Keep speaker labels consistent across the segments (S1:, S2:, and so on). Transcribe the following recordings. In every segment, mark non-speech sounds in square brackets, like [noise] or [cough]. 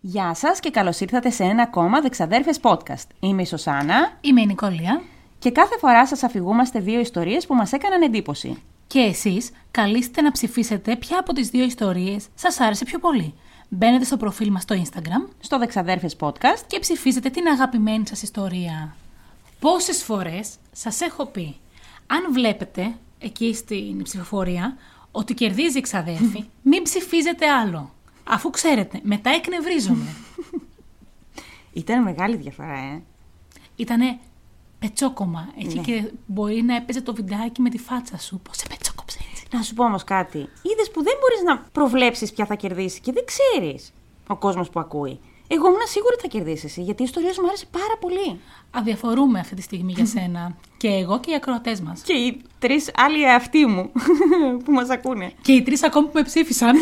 S1: Γεια σας και καλώς ήρθατε σε ένα ακόμα Δεξαδέρφες Podcast. Είμαι η Σωσάνα
S2: Είμαι η Νικόλια
S1: και κάθε φορά σας αφηγούμαστε δύο ιστορίες που μας έκαναν εντύπωση.
S2: και εσείς καλείστε να ψηφίσετε ποια από τις δύο ιστορίες σας άρεσε πιο πολύ. Μπαίνετε στο προφίλ μας στο Instagram
S1: Στο Δεξαδέρφες Podcast,
S2: και ψηφίζετε την αγαπημένη σας ιστορία. Πόσες φορές σας έχω πει, αν βλέπετε εκεί στην ψηφοφορία ότι κερδίζει η ξαδέρφη, μην ψηφίζετε άλλο. Αφού ξέρετε, μετά εκνευρίζομαι.
S1: ήταν μεγάλη διαφορά, ε.
S2: Ήτανε πετσόκομα. Εκεί
S1: Ναι.
S2: και μπορεί να έπαιζε το βιντεάκι με τη φάτσα σου. Πώς σε πετσόκοψε έτσι.
S1: Να σου πω όμως κάτι. Είδες που δεν μπορείς να προβλέψεις ποια θα κερδίσεις και δεν ξέρεις ο κόσμος που ακούει. Εγώ ήμουν σίγουρη ότι θα κερδίσεις εσύ, γιατί η ιστορία σου μου άρεσε πάρα πολύ.
S2: Αδιαφορούμε αυτή τη στιγμή για σένα. και εγώ και οι ακροατές μας.
S1: Και οι τρεις άλλοι αυτοί μου [laughs] που μας ακούνε.
S2: Και οι τρεις ακόμη που με
S1: [laughs]
S2: ψήφισαν.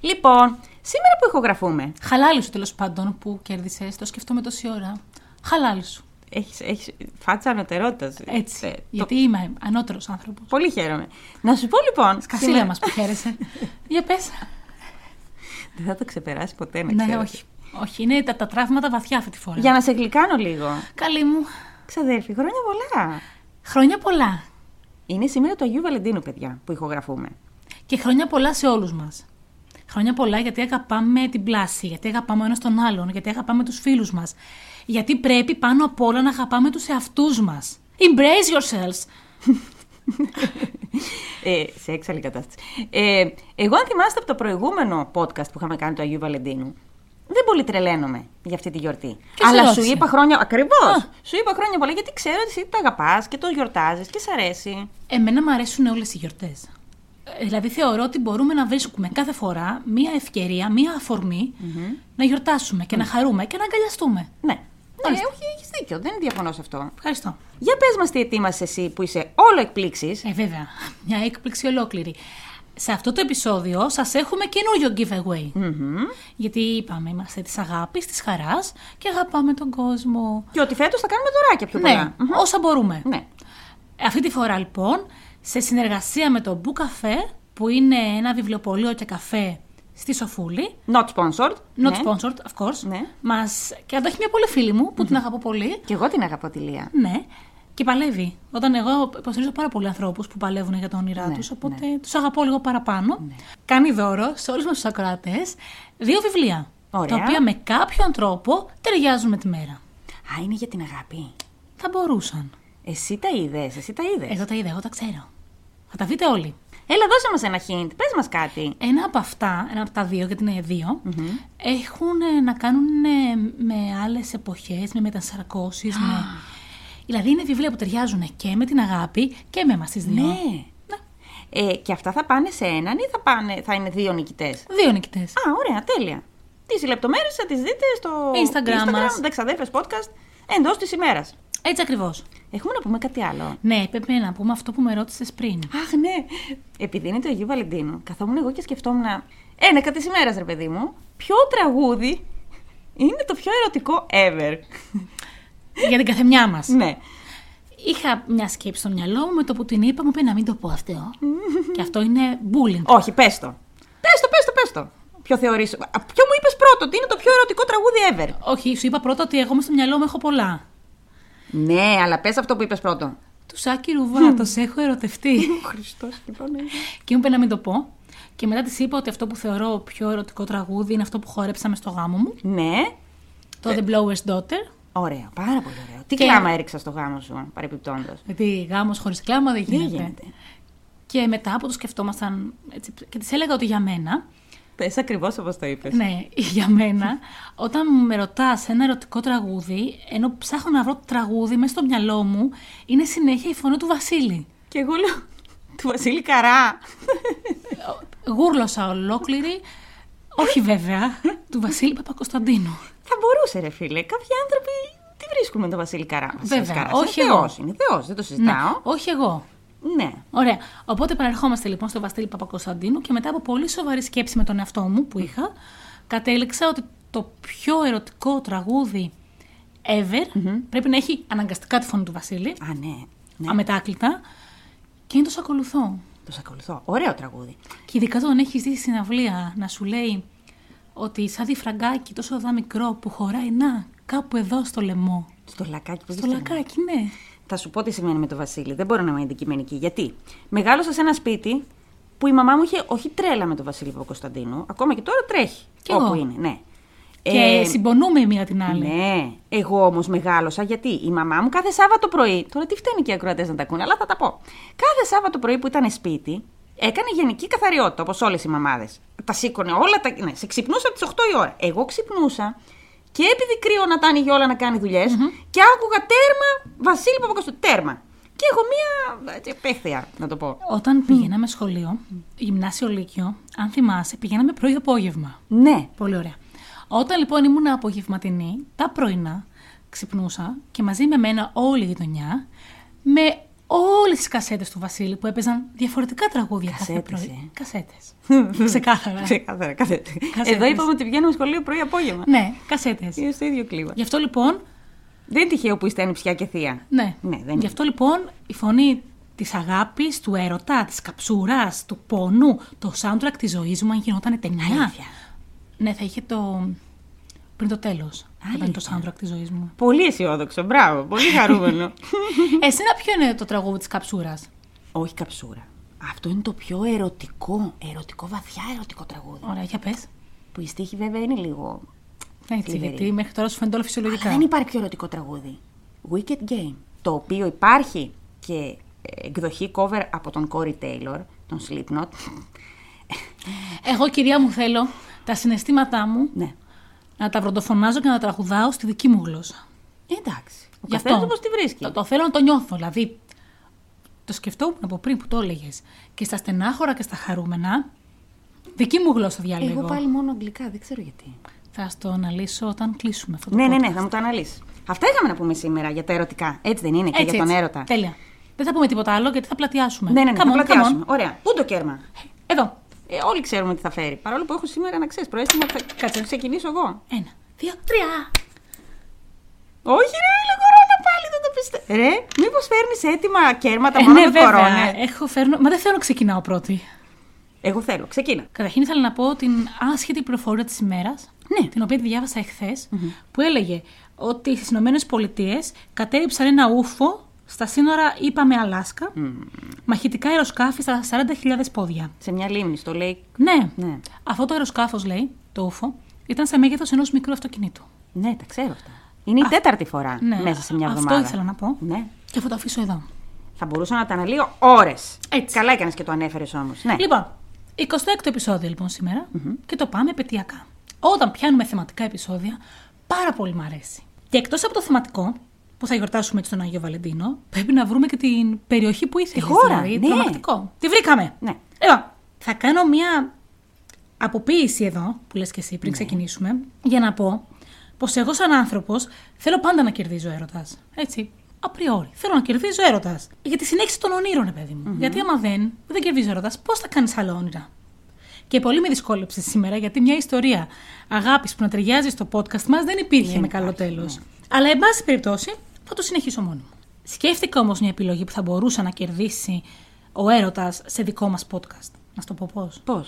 S1: Λοιπόν, σήμερα που ηχογραφούμε,
S2: Χαλάλι σου τέλος πάντων που κέρδισες. Το σκεφτόμαι τόση ώρα. Χαλάλι σου.
S1: Έχεις, έχεις φάτσα ανωτερότητας.
S2: Έτσι.
S1: Ε, το-
S2: γιατί είμαι ανώτερος άνθρωπος.
S1: Πολύ χαίρομαι. Να σου πω λοιπόν.
S2: Κασίλα
S1: σήμερα-
S2: μας που χαίρεσαι. Για πες.
S1: [laughs] Δεν θα το ξεπεράσει ποτέ, να
S2: ναι,
S1: ξέρετε.
S2: όχι. Όχι, είναι τα, τα τραύματα βαθιά αυτή τη φορά.
S1: Για να σε γλυκάνω λίγο.
S2: Καλή μου.
S1: Ξαδέρφη, χρόνια πολλά.
S2: Χρόνια πολλά.
S1: Είναι σήμερα το Αγίου Βαλεντίνου, παιδιά, που ηχογραφούμε.
S2: Και χρόνια πολλά σε όλους μας. Χρόνια πολλά γιατί αγαπάμε την πλάση, γιατί αγαπάμε ο ένας τον άλλον, γιατί αγαπάμε τους φίλους μας. Γιατί πρέπει πάνω απ' όλα να αγαπάμε τους εαυτούς μας. Embrace yourselves.
S1: Ε, σε έξαλλη κατάσταση. Ε, εγώ, αν θυμάστε από το προηγούμενο podcast που είχαμε κάνει του Αγίου Βαλεντίνου, δεν πολύ τρελαίνομαι για αυτή τη γιορτή.
S2: Και σε
S1: Αλλά σου
S2: ρώτησε.
S1: είπα χρόνια. Ακριβώς!
S2: Α.
S1: Σου είπα χρόνια πολλά γιατί ξέρω ότι εσύ τα αγαπάς και το γιορτάζεις και σ' αρέσει.
S2: Εμένα μου αρέσουν όλες οι γιορτές. Δηλαδή θεωρώ ότι μπορούμε να βρίσκουμε κάθε φορά μία ευκαιρία, μία αφορμή να γιορτάσουμε και να χαρούμε και να αγκαλιαστούμε.
S1: Ναι. Ναι,
S2: Μάλιστα.
S1: όχι, έχεις δίκιο. Δεν διαφωνώ σε αυτό.
S2: Ευχαριστώ.
S1: Για πες μας τι ετοίμασες εσύ που είσαι όλο εκπλήξεις.
S2: Ε, βέβαια, μια έκπληξη ολόκληρη. Σε αυτό το επεισόδιο σας έχουμε καινούριο giveaway. Γιατί είπαμε, είμαστε της αγάπης, της χαράς και αγαπάμε τον κόσμο.
S1: Και ότι φέτος θα κάνουμε δωράκια πιο
S2: Ναι,
S1: πολλά. Μμμ.
S2: όσα μπορούμε.
S1: Ναι.
S2: Αυτή τη φορά λοιπόν, σε συνεργασία με το Μπου Καφέ, που είναι ένα βιβλιοπωλείο και καφέ στη Σοφούλη,
S1: Not sponsored.
S2: not
S1: ναι.
S2: sponsored of course,
S1: Ναι.
S2: μας... και αν το έχει μια πολύ φίλη μου, που την αγαπώ πολύ,
S1: Και εγώ την αγαπώ τη Λία.
S2: ναι, και παλεύει. Όταν εγώ υποστηρίζω πάρα πολλοί ανθρώπους που παλεύουν για τα όνειρά
S1: Ναι,
S2: τους, του, οπότε τους τους αγαπώ λίγο παραπάνω. Κάνει δώρο σε όλους μας τους ακροατές δύο βιβλία.
S1: Ωραία.
S2: Τα οποία με κάποιον τρόπο ταιριάζουν με τη μέρα.
S1: Α, είναι για την αγάπη.
S2: Θα μπορούσαν.
S1: Εσύ τα είδες, εσύ τα είδες.
S2: Εγώ τα είδα, εγώ τα ξέρω. Θα τα δείτε όλοι.
S1: Έλα, δώσε μας ένα hint. Πες μας κάτι.
S2: Ένα από αυτά, ένα από τα δύο, γιατί είναι δύο, έχουν ε, να κάνουν ε, με άλλες εποχές, με μετασαρκώσεις. με... Δηλαδή είναι βιβλία που ταιριάζουν και με την αγάπη και με εμάς τις δύο.
S1: Ναι. Ε, και αυτά θα πάνε σε έναν ή θα, πάνε, θα είναι δύο νικητές.
S2: Δύο νικητές.
S1: Α, ωραία, τέλεια. Τις λεπτομέρειες θα τις δείτε στο
S2: Instagram μας.
S1: Δεξαδέφες podcast εντός της ημέρας.
S2: Έτσι ακριβώς.
S1: Έχουμε να πούμε κάτι άλλο.
S2: Ναι, πρέπει να πούμε αυτό που με ρώτησες πριν.
S1: Αχ, ναι. Επειδή είναι το Αγίου Βαλεντίνου, καθόμουν εγώ και σκεφτόμουν. Ένα κατά της ημέρας, ρε παιδί μου, ποιο τραγούδι είναι το πιο ερωτικό ever.
S2: Για την καθεμιά μας.
S1: ναι.
S2: Είχα μια σκέψη στο μυαλό μου με το που την είπα, μου είπε να μην το πω [laughs] αυτό. και αυτό είναι bullying.
S1: Όχι, πες το. Πες το, πες το, πες το. Ποιο θεωρείς... Α, Ποιο μου είπες πρώτο, ότι είναι το πιο ερωτικό τραγούδι ever.
S2: Όχι, σου είπα πρώτα ότι εγώ μες στο μυαλό μου έχω πολλά.
S1: Ναι, αλλά πες αυτό που είπες πρώτο.
S2: Του Σάκη Ρουβά, το σε έχω ερωτευτεί. [laughs]
S1: Χριστός, λοιπόν.
S2: και μου είπε να μην το πω. Και μετά της είπα ότι αυτό που θεωρώ πιο ερωτικό τραγούδι είναι αυτό που χορέψαμε στο γάμο μου.
S1: Ναι.
S2: Το The Blower's Daughter.
S1: Ωραίο, πάρα πολύ ωραίο. Τι
S2: Και-
S1: κλάμα έριξα στο γάμο σου, παρεπιπτόντω.
S2: Γιατί γάμος χωρίς κλάμα δεν
S1: Δεν
S2: γίνεται.
S1: γίνεται.
S2: Και μετά που το σκεφτόμασταν έτσι, και της έλεγα ότι για μένα
S1: Πες ακριβώς όπως το είπες.
S2: Ναι, [laughs] για μένα, όταν με ρωτάς ένα ερωτικό τραγούδι, ενώ ψάχνω να βρω το τραγούδι μέσα στο μυαλό μου, είναι συνέχεια η φωνή του Βασίλη.
S1: Και εγώ λέω. Του Βασίλη Καρά.
S2: Γούρλωσα ολόκληρη, όχι βέβαια, [laughs] του Βασίλη Παπακοσταντίνου.
S1: Θα μπορούσε, ρε φίλε. Κάποιοι άνθρωποι τι βρίσκουν με τον Βασίλη Καρά.
S2: Βέβαια, όχι
S1: Είναι
S2: εγώ.
S1: θεός, είναι θεός, δεν το συζητάω.
S2: όχι εγώ.
S1: Ναι.
S2: Ωραία. Οπότε παρερχόμαστε λοιπόν στο Βασίλη Παπακοσταντίνου και μετά από πολύ σοβαρή σκέψη με τον εαυτό μου που είχα, κατέληξα ότι το πιο ερωτικό τραγούδι ever πρέπει να έχει αναγκαστικά τη φωνή του Βασίλη.
S1: Α, ναι. ναι.
S2: αμετάκλητα και είναι το «Σ' ακολουθώ.
S1: Το σ' ακολουθώ. Ωραίο τραγούδι.
S2: Και ειδικά όταν έχεις δει συναυλία να σου λέει ότι σαν διφραγκάκι τόσο δα μικρό που χωράει να κάπου εδώ στο λαιμό.
S1: Στο λακάκι, πώ
S2: Στο λακάκι, ναι.
S1: Θα σου πω τι σημαίνει με το Βασίλη. Δεν μπορώ να είμαι αντικειμενική. Γιατί μεγάλωσα σε ένα σπίτι που η μαμά μου είχε όχι τρέλα με τον Βασίλη Παπακοσταντίνου. Ακόμα και τώρα τρέχει.
S2: Κι
S1: όπου
S2: εγώ.
S1: είναι, ναι.
S2: Και συμπονούμε η μία την άλλη.
S1: Ναι. Εγώ όμως μεγάλωσα γιατί η μαμά μου κάθε Σάββατο πρωί. Τώρα τι φταίνει και οι ακροατές να τα ακούνε, αλλά θα τα πω. Κάθε Σάββατο πρωί που ήταν σπίτι, έκανε γενική καθαριότητα όπως όλες οι μαμάδες. Τα σήκωνε όλα, τα... ναι, σε ξυπνούσα από τις 8 η ώρα. Εγώ ξυπνούσα και επειδή κρύωνα τα άνοιγε όλα να κάνει δουλειές, και άκουγα τέρμα Βασίλη Παπακοσταντίνου. Τέρμα. Και έχω μία έτσι, επέχθεια, να το πω.
S2: Όταν πηγαίναμε σχολείο, γυμνάσιο Λύκειο, αν θυμάσαι, πηγαίναμε πρωί-απόγευμα.
S1: Ναι.
S2: Πολύ ωραία. Όταν λοιπόν ήμουν απογευματινή, τα πρωινά ξυπνούσα και μαζί με μένα όλη η γειτονιά με όλες τις κασέτες του Βασίλη που έπαιζαν διαφορετικά τραγούδια
S1: Κασέτες,
S2: κάθε πρωί.
S1: ε.
S2: Κασέτες. [laughs] Ξεκάθαρα.
S1: Ξεκάθαρα, κάθε... Εδώ
S2: Κασέτες.
S1: είπαμε ότι πηγαίνουμε σχολείο πρωί-απόγευμα.
S2: ναι, κασέτες.
S1: Είναι στο ίδιο κλίμα.
S2: Γι' αυτό λοιπόν.
S1: Δεν είναι τυχαίο που είστε ανιψιά και θεία.
S2: Ναι.
S1: Ναι, δεν είναι.
S2: Γι' αυτό λοιπόν η φωνή της αγάπης, του έρωτα, της καψούρας, του πόνου, το soundtrack της ζωής μου, αν γινόταν ταινιά.
S1: Αλήθεια.
S2: Ναι, θα είχε το. πριν το τέλος. Θα ήταν το
S1: Αλήθεια.
S2: soundtrack της ζωής μου.
S1: Πολύ αισιόδοξο, μπράβο, πολύ χαρούμενο.
S2: Εσένα ποιο είναι το τραγούδι της καψούρας.
S1: [laughs] Όχι καψούρα. Αυτό είναι το πιο ερωτικό, ερωτικό, βαθιά ερωτικό τραγούδι.
S2: Ωραία, για πες.
S1: Που η στίχη βέβαια είναι λίγο.
S2: Έτσι,
S1: Θλιβερή.
S2: γιατί μέχρι τώρα σου φαίνεται όλο φυσιολογικά.
S1: Αλλά δεν υπάρχει πιο ερωτικό τραγούδι. Wicked Game. Το οποίο υπάρχει και ε, εκδοχή cover από τον Κόρι Τέιλορ, τον Slipknot.
S2: Εγώ, κυρία μου, θέλω τα συναισθήματά μου
S1: ναι.
S2: να τα βροντοφωνάζω και να τα τραγουδάω στη δική μου γλώσσα.
S1: Εντάξει. Ο
S2: Γι' αυτό.
S1: καθένας όπως τη βρίσκει.
S2: Το, το θέλω να το νιώθω. Δηλαδή, το σκεφτόμουν από πριν που το έλεγες. Και στα στενάχωρα και στα χαρούμενα, δική μου γλώσσα διάλεγω.
S1: Εγώ πάλι μόνο αγγλικά, δεν ξέρω γιατί.
S2: Θα στο αναλύσω όταν κλείσουμε αυτό το
S1: Ναι, ναι,
S2: podcast.
S1: ναι, θα μου το αναλύσεις. Αυτά είχαμε να πούμε σήμερα για τα ερωτικά. Έτσι δεν είναι, και
S2: Έτσι,
S1: για τον
S2: έτσι.
S1: έρωτα.
S2: Τέλεια. Δεν θα πούμε τίποτα άλλο γιατί θα πλατιάσουμε.
S1: Ναι, ναι, ναι, θα
S2: Come on, come on.
S1: πλατιάσουμε. Ωραία. Πού το κέρμα.
S2: Εδώ.
S1: Ε, όλοι ξέρουμε τι θα φέρει. Παρόλο που έχω σήμερα να ξέρεις, προέστημα θα Κάτσε. ξεκινήσω εγώ.
S2: Ένα, δύο, τρία.
S1: Όχι, ρε, είναι κορώνα πάλι, δεν το πιστεύω. Ρε, μήπως φέρνεις έτοιμα κέρματα
S2: Ε,
S1: μόνο
S2: ναι,
S1: με
S2: βέβαια.
S1: κορώνα.
S2: Έχω φέρνω... Μα δεν θέλω να ξεκινάω πρώτη.
S1: Εγώ θέλω, ξεκίνα.
S2: Καταρχήν ήθελα να πω την άσχετη πληροφορία της ημέρας,
S1: Ναι.
S2: την οποία τη διάβασα εχθές, που έλεγε ότι στις Ηνωμένες Πολιτείες κατέριψαν ένα ούφο στα σύνορα, είπαμε, Αλάσκα, μαχητικά αεροσκάφη στα 40.000 πόδια.
S1: Σε μια λίμνη, στο λέει.
S2: Ναι.
S1: Ναι.
S2: Αυτό το αεροσκάφος, λέει, το ούφο, ήταν σε μέγεθος ενός μικρού αυτοκινήτου.
S1: Ναι, τα ξέρω αυτά. Είναι η τέταρτη φορά
S2: ναι.
S1: μέσα σε μια
S2: Αυτό
S1: εβδομάδα.
S2: ήθελα να πω.
S1: Ναι.
S2: Και θα το αφήσω εδώ.
S1: Θα μπορούσα να τα αναλύω ώρες.
S2: Έτσι.
S1: Καλά έκανες και το ανέφερες όμως. Ναι.
S2: Λοιπόν, 26ο επεισόδιο λοιπόν σήμερα και το πάμε επαιτειακά. Όταν πιάνουμε θεματικά επεισόδια, πάρα πολύ μ' αρέσει. Και εκτός από το θεματικό, που θα γιορτάσουμε έτσι τον Άγιο Βαλεντίνο, πρέπει να βρούμε και την περιοχή που ήθελες.
S1: Τη χώρα,
S2: δηλαδή,
S1: ναι.
S2: τρομακτικό. Τη βρήκαμε.
S1: Ναι.
S2: Λοιπόν, θα κάνω μια αποποίηση εδώ, που λες και εσύ
S1: Ναι.
S2: πριν ξεκινήσουμε, για να πω πως εγώ σαν άνθρωπος θέλω πάντα να κερδίζω έρωτας. Έτσι, απριόρι. Θέλω να κερδίζω έρωτας. Για τη συνέχιση των ονείρων, ρε παιδί μου. Γιατί άμα δεν, δεν κερδίζω έρωτας, πώς θα κάνεις άλλα όνειρα. Και πολύ με δυσκόλεψες σήμερα γιατί μια ιστορία αγάπης που να ταιριάζει στο podcast μας δεν υπήρχε
S1: Δεν
S2: με καλό
S1: υπάρχει, ναι.
S2: τέλο. Αλλά εν πάση περιπτώσει θα το συνεχίσω μόνο μου. Σκέφτηκα όμως μια επιλογή που θα μπορούσε να κερδίσει ο έρωτας σε δικό μας podcast. Να σου το πω πώ.
S1: Πώ.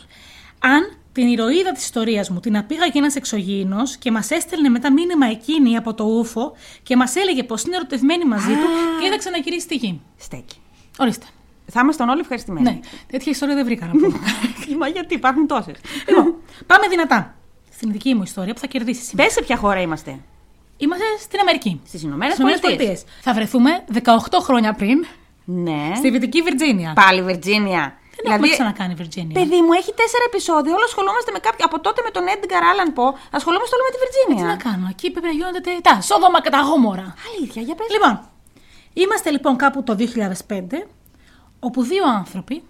S2: Αν την ηρωίδα της ιστορίας μου την απήγαγε ένας εξωγήινος και μας έστελνε μετά μήνυμα εκείνη από το ούφο και μας έλεγε πως είναι ερωτευμένη μαζί του και θα ξαναγυρίσει στη γη.
S1: Στέκει.
S2: Ορίστε.
S1: Θα ήμασταν όλοι ευχαριστημένοι.
S2: Ναι, τέτοια ιστορία δεν βρήκα να [laughs] πω.
S1: [laughs] Μα γιατί υπάρχουν τόσες.
S2: Λοιπόν, πάμε δυνατά. Στην δική μου ιστορία που θα κερδίσει σήμερα.
S1: Πες σε ποια χώρα είμαστε.
S2: Είμαστε στην Αμερική.
S1: Στις Ηνωμένες
S2: Στις Ηνωμένες
S1: Πολιτείες.
S2: Πολιτείες. Θα βρεθούμε 18 χρόνια πριν
S1: Ναι.
S2: στη Βυτική Βιρτζίνια.
S1: Πάλι Βιρτζίνια. Δηλαδή,
S2: Δεν έχουμε ξανακάνει Βιρτζίνια.
S1: Παιδί μου, έχει τέσσερα επεισόδια. Όλο ασχολούμαστε με κάποιο. Από τότε με τον Edgar Allan Poe, ασχολούμαστε όλο με τη
S2: Τι να
S1: Βιρτζίνια.
S2: κάνω, εκεί πρέπει να γίνονται τε- τα σόδομα και τα γόμορα.
S1: Αλήθεια, για πες.
S2: Λοιπόν, είμαστε λοιπόν κάπου το 2005, όπου δύο άνθρωποι,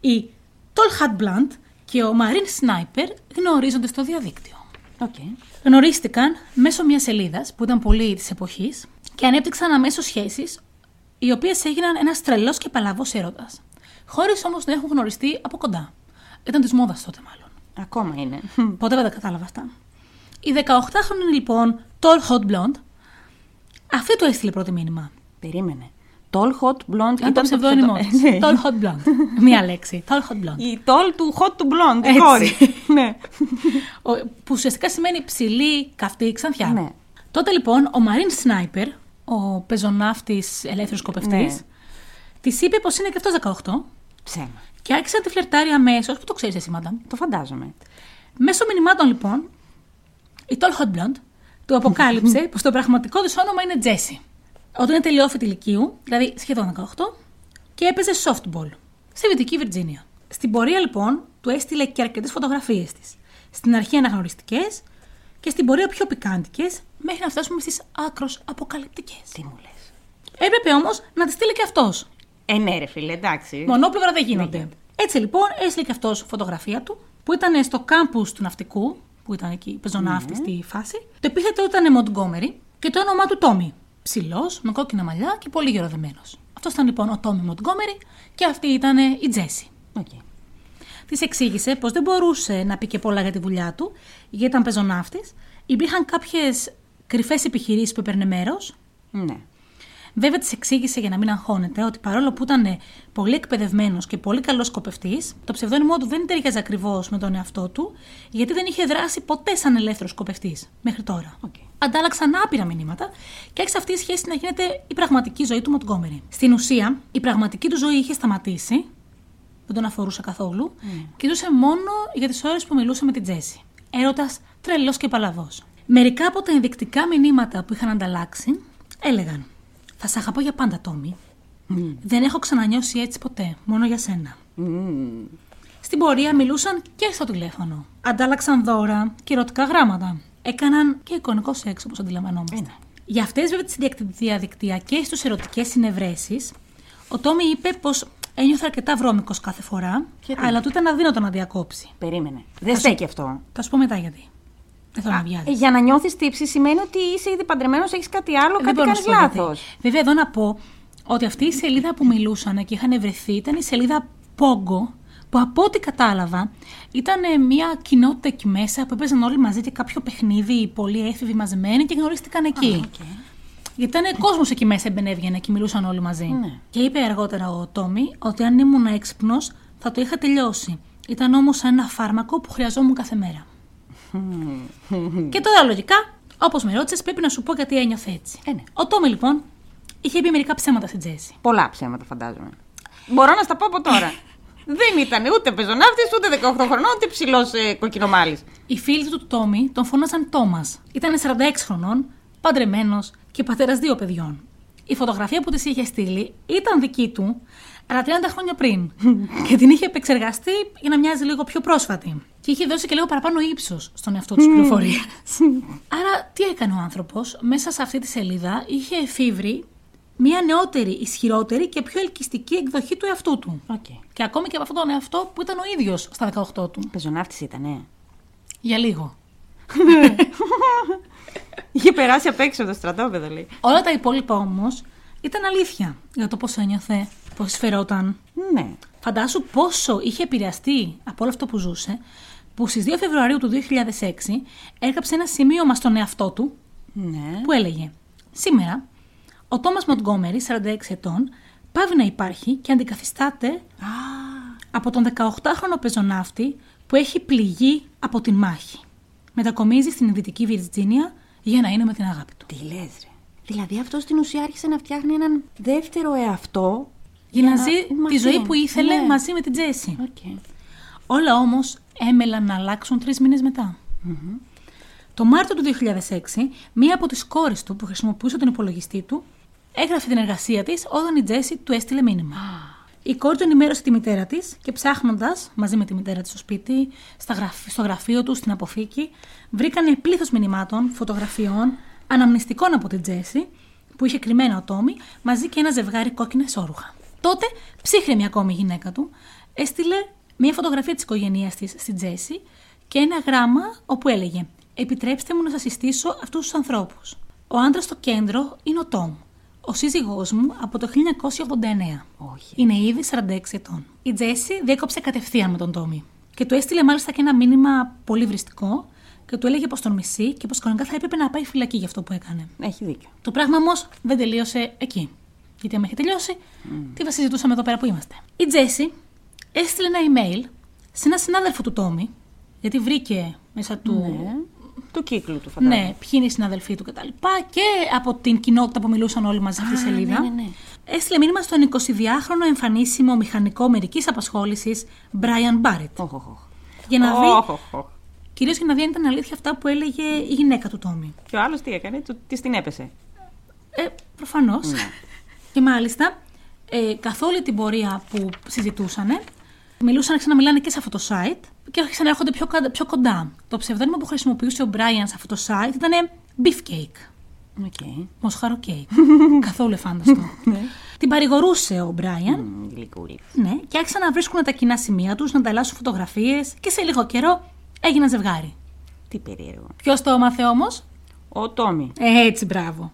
S2: η Τολχατ Μπλαντ και ο Μαρίν Σνάιπερ, γνωρίζονται στο διαδίκτυο.
S1: Okay.
S2: Γνωρίστηκαν μέσω μιας σελίδας που ήταν πολύ της εποχής και ανέπτυξαν αμέσως σχέσεις, οι οποίες έγιναν ένας τρελός και παλαβός έρωτας. Χωρίς όμως να έχουν γνωριστεί από κοντά. Ήταν της μόδας τότε, μάλλον.
S1: Ακόμα είναι.
S2: Ποτέ δεν τα κατάλαβα αυτά. Η 18χρονη λοιπόν, Tall Hot Blonde, αυτή του έστειλε πρώτο μήνυμα.
S1: Περίμενε. Tall Hot Blonde
S2: Αν το
S1: Ε, το
S2: ψευδόνυμο
S1: πιο-
S2: της.
S1: Ναι.
S2: Tall Hot
S1: [laughs]
S2: Blonde. Μία λέξη. Tall Hot Blonde.
S1: Η Tall του Hot του Blonde, η
S2: Έτσι.
S1: κόρη. ναι.
S2: Ο- που ουσιαστικά σημαίνει ψηλή, καυτή, ξανθιά.
S1: Ναι.
S2: Τότε λοιπόν ο Μαρίν Σνάιπερ, ο πεζοναύτης ελεύθερος σκοπευτής,
S1: Ναι.
S2: της είπε πως είναι και αυτός 18
S1: Ψέμα.
S2: και άρχισε να τη φλερτάρει αμέσως, που το ξέρεις εσύ, μάνταμ.
S1: Το φαντάζομαι.
S2: Μέσω μηνυμάτων λοιπόν, η Tall Hot Blonde του αποκάλυψε πως το πραγματικό της όνομα είναι Τζέσι. Όταν είναι τελειόφοιτη ηλικίου, δηλαδή σχεδόν 18, και έπαιζε softball στη Δυτική Βιρτζίνια. Στην πορεία λοιπόν του έστειλε και αρκετές φωτογραφίες της. Στην αρχή αναγνωριστικές και στην πορεία πιο πικάντικες, μέχρι να φτάσουμε στις άκρος αποκαλυπτικές.
S1: Τι μου λες.
S2: Έπρεπε όμως να τη στείλει και αυτός.
S1: Ε, ναι, ρε φίλε, εντάξει.
S2: Μονόπλευρα δεν γίνονται.
S1: Δεν
S2: Έτσι λοιπόν έστειλε και αυτός φωτογραφία του που ήταν στο κάμπους του ναυτικού, που ήταν εκεί πεζοναύτη στη φάση. Το επίθετο ήταν Μοντγκόμερι και το όνομά του Τόμι. Ψηλός, με κόκκινα μαλλιά και πολύ γεροδεμένος. Αυτό ήταν λοιπόν ο Τόμι Μοντγκόμερι και αυτή ήταν η Τζέσι.
S1: Οκ.
S2: Της εξήγησε πως δεν μπορούσε να πει και πολλά για τη δουλειά του, γιατί ήταν πεζοναύτης. Υπήρχαν κάποιες κρυφές επιχειρήσεις που έπαιρνε μέρος,
S1: Ναι.
S2: Βέβαια, της εξήγησε για να μην αγχώνεται ότι παρόλο που ήταν ε, πολύ εκπαιδευμένος και πολύ καλός σκοπευτής, το ψευδόνυμό του δεν ταιριάζει ακριβώς με τον εαυτό του, γιατί δεν είχε δράσει ποτέ σαν ελεύθερος σκοπευτής μέχρι τώρα.
S1: Οκ.
S2: Αντάλλαξαν άπειρα μηνύματα και άρχισε αυτή η σχέση να γίνεται η πραγματική ζωή του Μοντγκόμερη. Στην ουσία, η πραγματική του ζωή είχε σταματήσει, δεν τον αφορούσε καθόλου, και ζούσε μόνο για τις ώρες που μιλούσε με την Τζέσι. Έρωτας τρελός και παλαβός. Μερικά από τα ενδεικτικά μηνύματα που είχαν ανταλλάξει έλεγαν: Θα σ' αγαπώ για πάντα, Τόμι. Δεν έχω ξανανιώσει έτσι ποτέ, μόνο για σένα.
S1: Μμμ.
S2: Στην πορεία μιλούσαν και στο τηλέφωνο. Αντάλλαξαν δώρα και ερωτικά γράμματα. Έκαναν και εικονικό σεξ, όπως αντιλαμβανόμαστε.
S1: Ένα.
S2: Για αυτές, βέβαια, τις διαδικτυακέ του ερωτικές συνευρέσεις, ο Τόμι είπε πως ένιωθε αρκετά βρώμικος κάθε φορά,
S1: Γιατί?
S2: αλλά του ήταν αδύνατο να διακόψει.
S1: Περίμενε. Δεν
S2: σου-
S1: στέκει αυτό.
S2: Θα σου πω μετά γιατί. Δεν θέλω να
S1: Ε,
S2: βιάζει.
S1: Για να νιώθεις τύψη σημαίνει ότι είσαι ήδη παντρεμένος, έχεις κάτι άλλο, κάτι κάνει λάθο.
S2: Λοιπόν, Βέβαια, εδώ να πω ότι αυτή η σελίδα που μιλούσαν και είχαν βρεθεί ήταν η σελίδα Pogo, που από ό,τι κατάλαβα ήταν ε, μια κοινότητα εκεί μέσα που έπαιζαν όλοι μαζί και κάποιο παιχνίδι, πολύ έφηβοι μαζεμένοι και γνωρίστηκαν εκεί. Γιατί ήταν κόσμος εκεί μέσα, έμπαινε και μιλούσαν όλοι μαζί.
S1: Ναι.
S2: Και είπε αργότερα ο Τόμι ότι αν ήμουν έξυπνος θα το είχα τελειώσει. Ήταν όμως ένα φάρμακο που χρειαζόμουν κάθε μέρα.
S1: Hm.
S2: και τώρα λογικά, όπως με ρώτησες, πρέπει να σου πω γιατί ένιωθε έτσι.
S1: Ε, ναι.
S2: Ο Τόμι λοιπόν είχε πει μερικά ψέματα στην Τζέσι.
S1: Πολλά ψέματα φαντάζομαι. Μπορώ να στα πω από τώρα. [laughs] Δεν ήταν ούτε πεζοναύτης, ούτε 18 χρονών, ούτε ψηλός ε, κοκκινομάλης.
S2: Οι φίλοι του του Τόμι τον φώναζαν Τόμας. Ήταν 46 χρονών, παντρεμένος και πατέρας δύο παιδιών. Η φωτογραφία που της είχε στείλει ήταν δική του, αλλά 30 χρόνια πριν. και την είχε επεξεργαστεί για να μοιάζει λίγο πιο πρόσφατη. Και είχε δώσει και λίγο παραπάνω ύψος στον εαυτό της πληροφορίας. Άρα, τι έκανε ο άνθρωπος, μέσα σε αυτή τη σελίδα είχε εφήβρει μια νεότερη, ισχυρότερη και πιο ελκυστική εκδοχή του εαυτού του.
S1: [laughs] Οκ.
S2: Και ακόμη και από αυτόν τον εαυτό που ήταν ο ίδιος στα 18 του.
S1: Πεζοναύτης ήταν, ε.
S2: Για λίγο.
S1: Είχε περάσει απ' έξω από το στρατόπεδο, λέει.
S2: Όλα τα υπόλοιπα όμως ήταν αλήθεια για το πώς ένιωθε, πώς φερόταν.
S1: Ναι.
S2: Φαντάσου πόσο είχε επηρεαστεί από όλο αυτό που ζούσε, που στις 2 Φεβρουαρίου του 2006 έγραψε ένα σημείωμα στον εαυτό του
S1: Ναι.
S2: που έλεγε Σήμερα ο Τόμας Μοντγκόμερι, 46 ετών, πάβει να υπάρχει και αντικαθιστάται
S1: Α,
S2: από τον 18χρονο πεζοναύτη που έχει πληγεί από την μάχη. Μετακομίζει στην Δυτική Βιρτζίνια για να είναι με την αγάπη του.
S1: τι λες, ρε. Δηλαδή αυτός στην ουσία άρχισε να φτιάχνει έναν δεύτερο εαυτό.
S2: Για να
S1: να
S2: ζει τη
S1: μαζί,
S2: ζωή που ήθελε
S1: ναι.
S2: μαζί με την Τζέσι.
S1: Οκ.
S2: Όλα όμως έμελαν να αλλάξουν τρεις μήνες Το Μάρτιο του 2006, μία από τις κόρες του που χρησιμοποιούσε τον υπολογιστή του, έγραφε την εργασία της όταν η Τζέσι του έστειλε μήνυμα. Η κόρη του ενημέρωσε τη μητέρα της και ψάχνοντας μαζί με τη μητέρα της στο σπίτι, στα γραφ- στο γραφείο του, στην αποθήκη, βρήκανε πλήθος μηνυμάτων, φωτογραφιών, αναμνηστικών από την Τζέσι, που είχε κρυμμένα ο Τόμι, μαζί και ένα ζευγάρι κόκκινα όρουχα. Τότε ψύχρεμη ακόμη η γυναίκα του, έστειλε μια φωτογραφία της οικογένειας της στην Τζέσι και ένα γράμμα όπου έλεγε: Επιτρέψτε μου να σας συστήσω αυτούς τους ανθρώπους. Ο άντρας στο κέντρο είναι ο Τόμ, ο σύζυγός μου από το 1989.
S1: Όχι.
S2: Είναι ήδη 46 ετών. Η Τζέσι διέκοψε κατευθείαν με τον Τόμι. Και του έστειλε μάλιστα και ένα μήνυμα πολύ βριστικό και του έλεγε πως τον μισεί και πως κανονικά θα έπρεπε να πάει φυλακή για αυτό που έκανε.
S1: Έχει δίκιο.
S2: Το πράγμα όμως δεν τελείωσε εκεί. γιατί άμα είχε τελειώσει, τι θα συζητούσαμε εδώ πέρα που είμαστε. Η Τζέσι έστειλε ένα email σε έναν συνάδελφο του Τόμι, γιατί βρήκε μέσα του.
S1: Ναι. Του κύκλου του,
S2: Ναι,
S1: φαντάζομαι.
S2: ποιοι είναι οι συναδελφοί του κτλ. Και από την κοινότητα που μιλούσαν όλοι μαζί στη
S1: Α,
S2: σελίδα.
S1: ναι, ναι, ναι.
S2: Έστειλε μήνυμα στον 22χρονο εμφανίσιμο μηχανικό μερικής απασχόλησης Brian Barrett.
S1: Οχ, οχ, οχ.
S2: Για να δει,
S1: Οχ, οχ, οχ.
S2: κυρίως για να δει αν ήταν αλήθεια αυτά που έλεγε η γυναίκα του Τόμι.
S1: Και ο άλλος τι έκανε, του, της την έπεσε.
S2: Ε, προφανώς.
S1: Ναι.
S2: και μάλιστα, ε, καθ' όλη την πορεία που συζητούσαν, μιλούσαν ξαναμιλάνε και σε αυτό το site και άρχισαν να έρχονται πιο, κα- πιο κοντά. Το ψευδόνιμο που χρησιμοποιούσε ο Brian σε αυτό το site ήταν Beefcake.
S1: Οκ.
S2: Μοσχαρό κέικ. Καθόλου εφάνταστο.
S1: Ναι.
S2: Την παρηγορούσε ο Μπράιαν.
S1: Μμμ, Γλυκούλης.
S2: Ναι, και άρχισαν να βρίσκουν τα κοινά σημεία τους, να ανταλλάσσουν φωτογραφίες και σε λίγο καιρό έγιναν ζευγάρι.
S1: Τι περίεργο.
S2: Ποιος το έμαθε όμως,
S1: Ο Τόμι.
S2: Ε, έτσι μπράβο.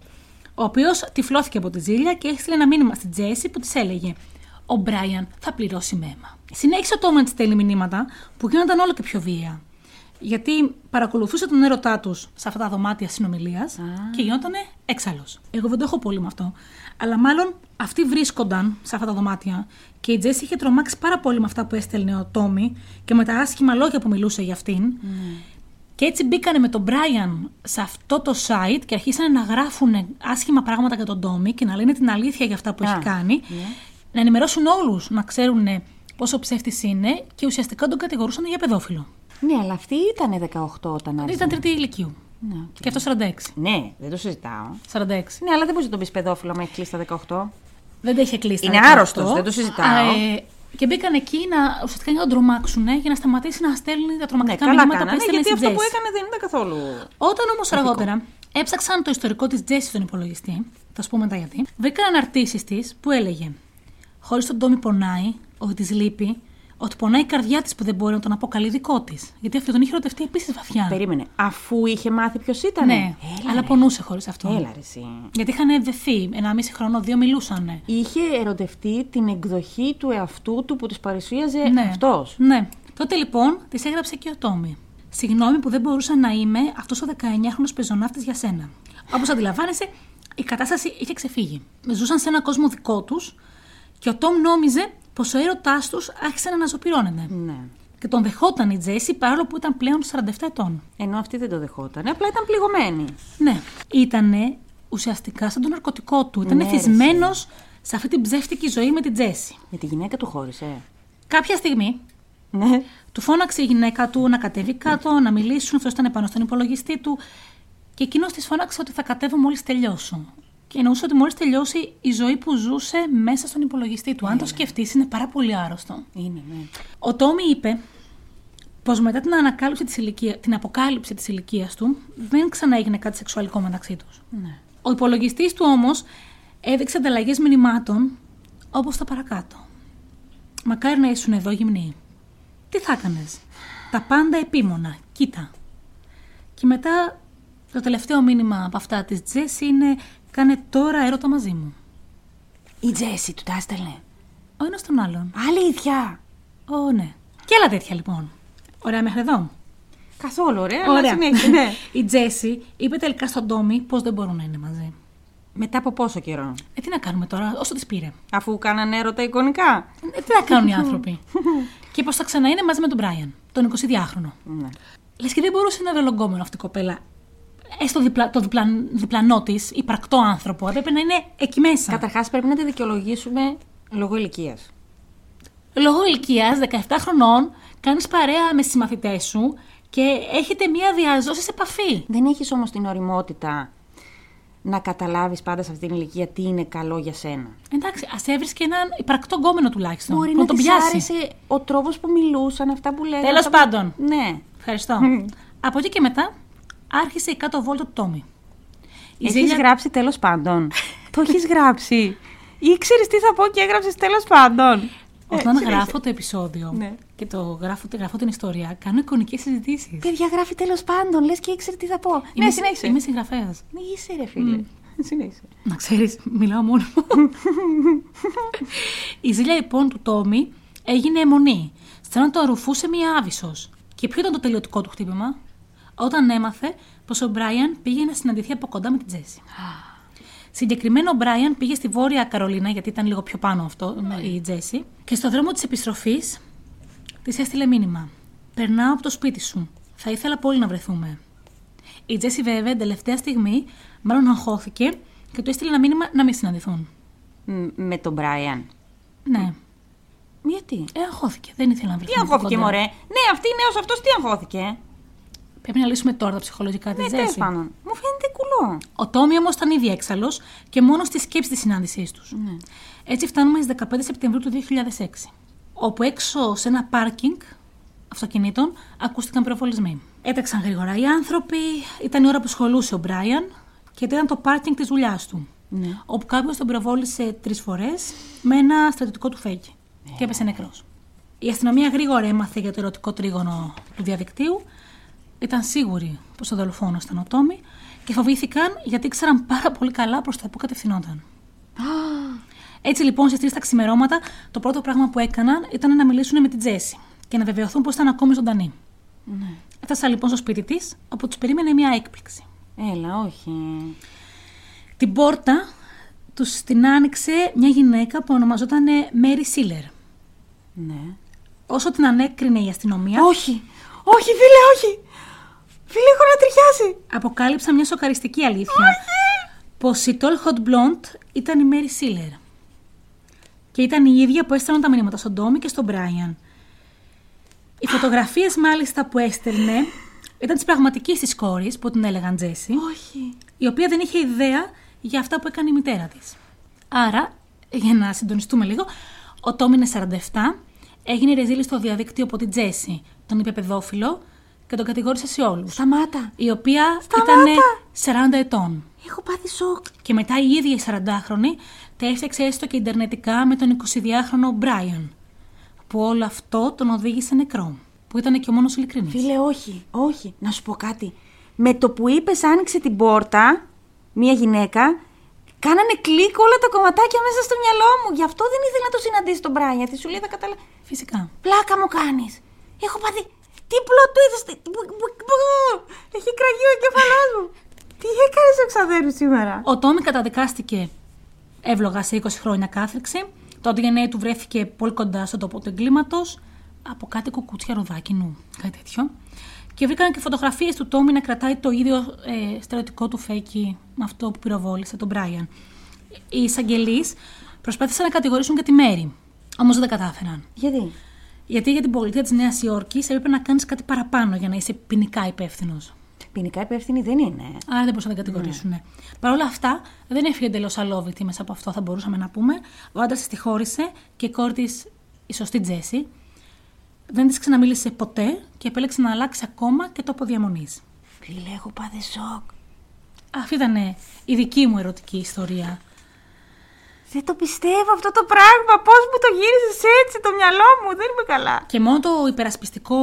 S2: Ο οποίος τυφλώθηκε από τη ζήλια και έστειλε ένα μήνυμα στην Τζέσι που της έλεγε: Ο Μπράιαν θα πληρώσει με αίμα. Συνέχισε ο Τόμ να τη στέλνει μηνύματα που γίνονταν όλο και πιο βία. Γιατί παρακολουθούσε τον έρωτά τους σε αυτά τα δωμάτια συνομιλίας και γινόταν έξαλλος. Εγώ δεν το έχω πολύ με αυτό. Αλλά μάλλον αυτοί βρίσκονταν σε αυτά τα δωμάτια και η Τζέσι είχε τρομάξει πάρα πολύ με αυτά που έστελνε ο Τόμι και με τα άσχημα λόγια που μιλούσε για αυτήν. Και έτσι μπήκανε με τον Brian σε αυτό το site και αρχίσανε να γράφουν άσχημα πράγματα για τον Τόμι και να λένε την αλήθεια για αυτά που
S1: Α, ναι.
S2: έχει κάνει. Να ενημερώσουν όλους να ξέρουν ε, πόσο ψεύτης είναι και ουσιαστικά τον κατηγορούσαν για παιδόφιλο.
S1: Ναι, αλλά αυτή ήταν 18 όταν άρχισε.
S2: Ήταν τρίτη ηλικίου.
S1: Ναι, οκ.
S2: Και αυτό 46.
S1: Ναι, δεν το συζητάω.
S2: 46.
S1: Ναι, αλλά δεν μπορείς να τον πεις παιδόφιλο με έχει κλείσει τα 18.
S2: Δεν τα είχε κλείσει. τα
S1: Είναι
S2: 18.
S1: άρρωστος, δεν το συζητάω.
S2: Α, ε, και μπήκαν εκεί να ουσιαστικά για να τον τρομάξουν για να σταματήσει να στέλνει τα
S1: Ναι,
S2: τρομακτικά
S1: καλά
S2: μηνύματα που
S1: κάνανε,
S2: έστελνε
S1: γιατί
S2: στην
S1: αυτό που
S2: Τζέσι.
S1: έκανε δεν ήταν καθόλου.
S2: Όταν όμως αργότερα έψαξαν το ιστορικό της Τζέσι στον υπολογιστή, θα σου πω μετά γιατί, βρήκαν αναρτήσεις της που έλεγε Χωρίς τον Τόμι πονάει, ότι τη λείπει, ότι πονάει η καρδιά της που δεν μπορεί να τον αποκαλεί δικό της. Γιατί αυτή τον είχε ερωτευτεί επίσης βαθιά.
S1: Περίμενε. Αφού είχε μάθει ποιος ήταν.
S2: Ναι,
S1: Έλα,
S2: αλλά
S1: ρε.
S2: πονούσε χωρίς αυτό.
S1: Έλα, ρε, εσύ.
S2: Γιατί είχαν ευδεθεί, ένα μισή χρόνο, δύο μιλούσαν.
S1: Είχε ερωτευτεί την εκδοχή του εαυτού του που τη παρουσίαζε
S2: Ναι.
S1: αυτός.
S2: Ναι. Τότε λοιπόν της έγραψε και ο Τόμι. Συγγνώμη που δεν μπορούσα να είμαι αυτός ο 19χρονο πεζοναύτης για σένα. Όπως αντιλαμβάνεσαι, η κατάσταση είχε ξεφύγει. Ζούσαν σε ένα κόσμο δικό τους και ο Τόμ νόμιζε πως ο έρωτάς τους άρχισε να αναζωπυρώνεται.
S1: Ναι.
S2: Και τον δεχόταν η Τζέσι παρόλο που ήταν πλέον 47 ετών.
S1: Ενώ αυτή δεν το δεχόταν. Απλά ήταν πληγωμένη.
S2: Ναι. Ήτανε ουσιαστικά σαν το ναρκωτικό του. Ήταν
S1: Ναι, ρε,
S2: εθισμένο σε αυτή την ψεύτικη ζωή με την Τζέσι.
S1: Με τη γυναίκα του χώρισε.
S2: Κάποια στιγμή
S1: Ναι.
S2: Του φώναξε η γυναίκα του να κατέβει κάτω, να μιλήσουν. Αυτός ήταν πάνω στον υπολογιστή του. Και εκείνος της φώναξε ότι θα κατέβω μόλις τελειώσω. Και εννοούσε ότι μόλις τελειώσει η ζωή που ζούσε μέσα στον υπολογιστή του. Αν το σκεφτείς, είναι πάρα πολύ άρρωστο.
S1: Είναι, ναι.
S2: Ο Τόμι είπε πως μετά την, ανακάλυψη της ηλικία, την αποκάλυψη της ηλικίας του, δεν ξανά έγινε κάτι σεξουαλικό μεταξύ τους.
S1: ναι.
S2: Ο υπολογιστής του όμως έδειξε ανταλλαγές μηνυμάτων όπως τα παρακάτω. Μακάρι να ήσουν εδώ γυμνή. Τι θα έκανες. Τα πάντα επίμονα. Κοίτα. Και μετά το τελευταίο μήνυμα από αυτά της Τζέσι είναι «Κάνε τώρα έρωτα μαζί μου».
S1: Η Τζέσι του τα έστελνε.
S2: Ο ένας τον άλλον.
S1: Αλήθεια.
S2: Ω, ναι. Και άλλα τέτοια λοιπόν. Ωραία μέχρι εδώ.
S1: Καθόλου ωραία, αλλά
S2: Ωραία.
S1: συνέχισε, ναι.
S2: [laughs] Η Τζέσι είπε τελικά στον Τόμι πως δεν μπορούν να είναι μαζί.
S1: Μετά από πόσο καιρό,
S2: Ε, τι να κάνουμε τώρα, όσο της πήρε.
S1: αφού κάνανε έρωτα εικονικά.
S2: Ε, τι να κάνουν οι άνθρωποι. και πως θα ξαναείνε μαζί με τον Μπράιαν, τον 22χρονο.
S1: Ναι.
S2: Λες και δεν μπορούσε να είναι ρελογκόμενο αυτή η κοπέλα. Έστω διπλα, το διπλα, διπλανό της, υπαρκτό άνθρωπο, έπρεπε να είναι εκεί μέσα.
S1: Καταρχάς πρέπει να τη δικαιολογήσουμε λόγω ηλικίας.
S2: Λόγω ηλικίας 17 χρονών, κάνεις παρέα με συμμαθητές σου και έχετε μία διαζώση επαφή.
S1: Δεν έχεις όμως την οριμότητα να καταλάβεις πάντα σε αυτή την ηλικία τι είναι καλό για σένα.
S2: Εντάξει, ας έβρισκε έναν υπαρκτό γκόμενο τουλάχιστον.
S1: Μπορεί
S2: που
S1: να
S2: τον
S1: της
S2: πιάσει.
S1: άρεσε ο τρόπος που μιλούσαν, αυτά που λέγανε.
S2: Τέλος
S1: αυτά που-
S2: πάντων.
S1: Ναι.
S2: Ευχαριστώ.
S1: Μμμ.
S2: Από εκεί και μετά άρχισε η κάτω βόλτα του Τόμι. Η
S1: Έχεις
S2: ζήλια-
S1: γράψει τέλος πάντων. το έχεις γράψει. Ήξερες τι θα πω και έγραψες τέλος πάντων.
S2: Όταν
S1: Ε,
S2: γράφω το επεισόδιο
S1: Ναι.
S2: και το γράφω, γράφω την ιστορία, κάνω εικονικές συζητήσεις.
S1: Παιδιά γράφει τέλος πάντων, λες και ήξερε τι θα πω. ναι, συνέχισε.
S2: Είμαι συγγραφέας.
S1: Ναι, είσαι ρε φίλε. Συνέχισε.
S2: Να ξέρεις, μιλάω μόνο μου.
S1: [laughs]
S2: Η ζήλια λοιπόν του Τόμι έγινε αιμονή. Σαν να το αρουφούσε μία άβυσος. Και ποιο ήταν το τελειωτικό του χτύπημα, όταν έμαθε πως ο Μπράιαν πήγε να συναντηθεί από κοντά με την Τζέσι. Συγκεκριμένο ο Μπράιαν πήγε στη Βόρεια Καρολίνα, γιατί ήταν λίγο πιο πάνω αυτό ναι,
S1: Ναι.
S2: η Τζέσι. Και στο δρόμο της επιστροφής της έστειλε μήνυμα. Περνάω από το σπίτι σου. Θα ήθελα πολύ να βρεθούμε. Η Τζέσι, βέβαια, την τελευταία στιγμή, μάλλον αγχώθηκε και του έστειλε ένα μήνυμα να μην συναντηθούν.
S1: Μ, Με τον Brian.
S2: Ναι.
S1: Γιατί.
S2: Ε, αγχώθηκε. Δεν ήθελα να βρεθούν.
S1: Τι αγχώθηκε,
S2: κοντά.
S1: μωρέ. Ναι, αυτή η νέος αυτός τι αγχώθηκε. ε?
S2: Πρέπει να λύσουμε τώρα τα ψυχολογικά της
S1: Ναι, τέλος
S2: Τζέσι.
S1: πάντων. Μου φαίνεται κουλό.
S2: Ο Τόμι όμως ήταν ήδη έξαλλο και μόνος στη σκέψη της συνάντησής τους. Έτσι φτάνουμε στις 15 Σεπτεμβρίου του 2006, όπου έξω σε ένα πάρκινγκ αυτοκινήτων ακούστηκαν πυροβολισμοί. Έταξαν γρήγορα οι άνθρωποι, ήταν η ώρα που σχολούσε ο Μπράιαν και ήταν το πάρκινγκ της δουλειάς του.
S1: Ναι.
S2: Όπου κάποιος τον πυροβόλησε τρεις φορές με ένα στρατιωτικό του φέγγι και έπεσε νεκρός. Η αστυνομία γρήγορα έμαθε για το ερωτικό τρίγωνο του διαδικτύου. Ήταν σίγουροι πως ο δολοφόνο ήταν ο Τόμι και φοβήθηκαν γιατί ήξεραν πάρα πολύ καλά προς τα που κατευθυνόταν. Έτσι λοιπόν στι 3 τα ξημερώματα το πρώτο πράγμα που έκαναν ήταν να μιλήσουν με την Τζέσι και να βεβαιωθούν πως ήταν ακόμη ζωντανή. Έφτασαν λοιπόν στο σπίτι της, όπου τους περίμενε μια έκπληξη.
S1: Έλα, όχι.
S2: Την πόρτα τους την άνοιξε μια γυναίκα που ονομαζόταν Μέρι Σίλερ.
S1: Ναι.
S2: Όσο την ανέκρινε η αστυνομία,
S1: Όχι. Όχι, φίλε, όχι. Φίλε, έχω να τριχιάσει.
S2: αποκάλυψαν μια σοκαριστική αλήθεια. πως η Tall Hot Blonde ήταν η Μέρι Σίλερ. Και ήταν η ίδια που έστελναν τα μηνύματα στον Τόμι και στον Μπράιαν. Οι φωτογραφίες μάλιστα που έστελνε ήταν της πραγματικής της κόρης που την έλεγαν Τζέσι.
S1: Όχι.
S2: η οποία δεν είχε ιδέα για αυτά που έκανε η μητέρα της. Άρα, για να συντονιστούμε λίγο, ο Τόμι είναι 47, έγινε ρεζίλη στο διαδίκτυο από την Τζέσι, τον είπε παιδόφιλο και τον κατηγόρησε σε όλους,
S1: Σταμάτα.
S2: η οποία
S1: Σταμάτα!
S2: ήταν 40 ετών.
S1: Έχω πάθει σοκ.
S2: Και μετά η ίδια η 40χρονη τα έφτιαξε έστω και ιντερνετικά με τον 22χρονο Μπράιον, που όλο αυτό τον οδήγησε νεκρό, που ήταν και ο μόνος ειλικρινής.
S1: Φίλε, όχι, όχι. Να σου πω κάτι. Με το που είπες, άνοιξε την πόρτα μία γυναίκα. Κάνανε κλικ όλα τα κομματάκια μέσα στο μυαλό μου. Γι' αυτό δεν ήθελα να το συναντήσει τον Μπράιν. Γιατί σου λέει θα καταλα...
S2: Φυσικά.
S1: Πλάκα μου κάνεις. Έχω πάθει. Τι πλωτούιδε. Έχει κραγεί ο εγκεφαλό μου. Τι έκανες ο ξαδέρφη σήμερα.
S2: Ο Τόμι καταδικάστηκε εύλογα σε 20 χρόνια κάθριξη. Το DNA του βρέθηκε πολύ κοντά στον τόπο του εγκλήματος από κάτι κουκούτσια ροδάκινου, κάτι τέτοιο. Και βρήκαν και φωτογραφίες του Τόμι να κρατάει το ίδιο ε, στρατιωτικό του φέκι με αυτό που πυροβόλησε τον Μπράιαν. Οι εισαγγελείς προσπάθησαν να κατηγορήσουν και τη Μέρη. Όμως δεν τα κατάφεραν.
S1: Γιατί.
S2: Γιατί για την πολιτεία της Νέας Υόρκης έπρεπε να κάνεις κάτι παραπάνω για να είσαι ποινικά υπεύθυνος.
S1: Ποινικά υπεύθυνη δεν είναι.
S2: Άρα δεν μπορούσαν να την κατηγορήσουν. Παρ' όλα αυτά, δεν έφυγε εντελώς αλόβητη μέσα από αυτό, θα μπορούσαμε να πούμε. Ο άντρας της χώρισε και η κόρη της, η σωστή Τζέσι, δεν της ξαναμίλησε ποτέ και επέλεξε να αλλάξει ακόμα και τόπο διαμονής.
S1: Φίλε, έχω πάθει σοκ.
S2: Αυτή ήταν ε, η δική μου ερωτική ιστορία.
S1: Δεν το πιστεύω αυτό το πράγμα. Πώς μου το γύρισες έτσι το μυαλό μου. Δεν είμαι καλά.
S2: Και μόνο το υπερασπιστικό,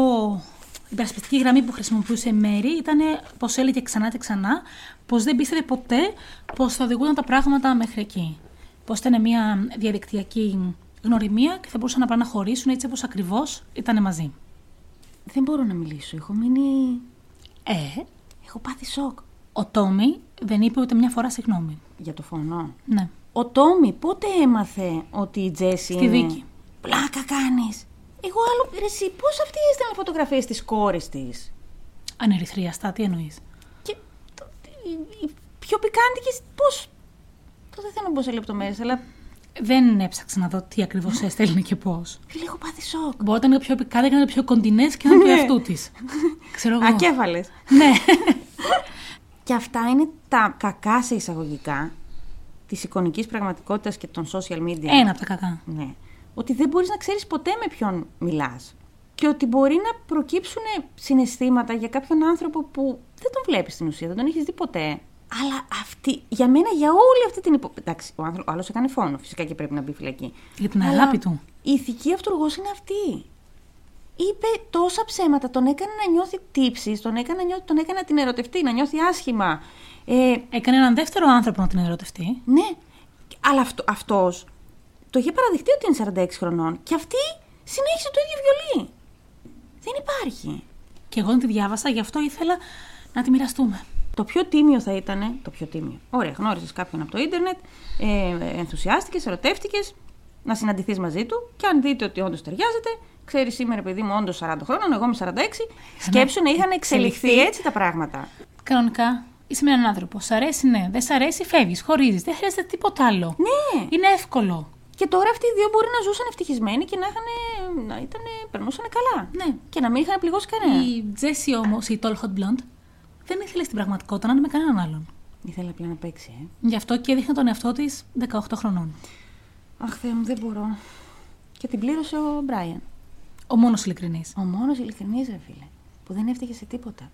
S2: η υπερασπιστική γραμμή που χρησιμοποιούσε η Μέρη ήταν πως έλεγε ξανά και ξανά πως δεν πίστευε ποτέ πως θα οδηγούνταν τα πράγματα μέχρι εκεί. Πως ήταν μια διαδικτυακή γνωριμία και θα μπορούσαν να πάνε να χωρίσουν έτσι όπως ακριβώς ήταν μαζί.
S1: Δεν μπορώ να μιλήσω. Έχω μείνει.
S2: Ε,
S1: Έχω πάθει σοκ.
S2: ο Τόμι δεν είπε ούτε μια φορά συγγνώμη.
S1: Για το φωνό.
S2: Ναι.
S1: Ο Τόμι πότε έμαθε ότι η Τζέσι
S2: Στη
S1: είναι...
S2: δίκη.
S1: Πλάκα κάνεις. Εγώ άλλο... Ρε Εσύ, πώς αυτή έστελνε φωτογραφίες της κόρης της.
S2: Ανερυθρίαστα, τι εννοείς.
S1: Και το, η, η πιο πικάντικη πώς... Το δεν θέλω να μπω σε λεπτομέρειες, αλλά...
S2: Δεν έψαξα να δω τι ακριβώς έστελνε και πώς.
S1: Φίλε, έχω πάθει σοκ.
S2: Μπορεί να ήταν πιο επικά, ήταν πιο κοντινές και να ήταν του
S1: Ναι.
S2: εαυτού της. Ξέρω εγώ.
S1: Ακέφαλες.
S2: [laughs] Ναι.
S1: [laughs] Και αυτά είναι τα κακά σε εισαγωγικά της εικονικής πραγματικότητας και των social media.
S2: Ένα από τα κακά.
S1: Ναι. Ότι δεν μπορείς να ξέρεις ποτέ με ποιον μιλάς. Και ότι μπορεί να προκύψουν συναισθήματα για κάποιον άνθρωπο που δεν τον βλέπεις στην ουσία, δεν τον έχεις δει ποτέ. Αλλά αυτή, για μένα, για όλη αυτή την υπο... Εντάξει, ο, άνθρω... ο άλλος έκανε φόνο, φυσικά και πρέπει να μπει φυλακή.
S2: Για την
S1: Αλλά
S2: αγάπη του.
S1: Η ηθική αυτούργος είναι αυτή. Είπε τόσα ψέματα, τον έκανε να νιώθει τύψεις, τον έκανε να, νιώθει... τον έκανε να την ερωτευτεί, να νιώθει άσχημα. Ε,
S2: Έκανε έναν δεύτερο άνθρωπο να την ερωτευτεί.
S1: ναι. Αλλά αυτό, αυτός το είχε παραδεχτεί ότι είναι 46 χρονών και αυτή συνέχισε το ίδιο βιολί. Δεν υπάρχει.
S2: Και εγώ δεν τη διάβασα, γι' αυτό ήθελα να τη μοιραστούμε.
S1: Το πιο τίμιο θα ήταν. Το πιο τίμιο. Ωραία, γνώρισες κάποιον από το ίντερνετ, ε, ενθουσιάστηκες, ερωτεύτηκες, να συναντηθείς μαζί του και αν δείτε ότι όντως ταιριάζεται, ξέρεις σήμερα παιδί μου όντως 40 χρόνων, εγώ είμαι 46, σκέψου να είχαν εξελιχθεί έτσι τα πράγματα.
S2: Κανονικά είσαι με έναν άνθρωπο. Σ' αρέσει, ναι. Δεν σ' αρέσει, φεύγεις, χωρίζεις. Δεν χρειάζεται τίποτα άλλο.
S1: Ναι.
S2: Είναι εύκολο.
S1: Και τώρα αυτοί οι δύο μπορεί να ζούσαν ευτυχισμένοι και να, είχαν, να ήταν, περνούσαν καλά.
S2: Ναι.
S1: Και να μην είχαν πληγώσει κανένα.
S2: Η Τζέσι όμως, η Tall Hot Blonde, δεν ήθελε στην πραγματικότητα να είναι με κανέναν άλλον.
S1: Ήθελα απλά να παίξει, ε.
S2: Γι' αυτό και έδειχνε τον εαυτό της 18 χρονών.
S1: Αχ, Θεέ μου, δεν μπορώ. Και την πλήρωσε ο Μπράιαν.
S2: Ο μόνος ειλικρινής.
S1: Ο μόνος ειλικρινής, ρε φίλε, που δεν έφταιγε σε τίποτα.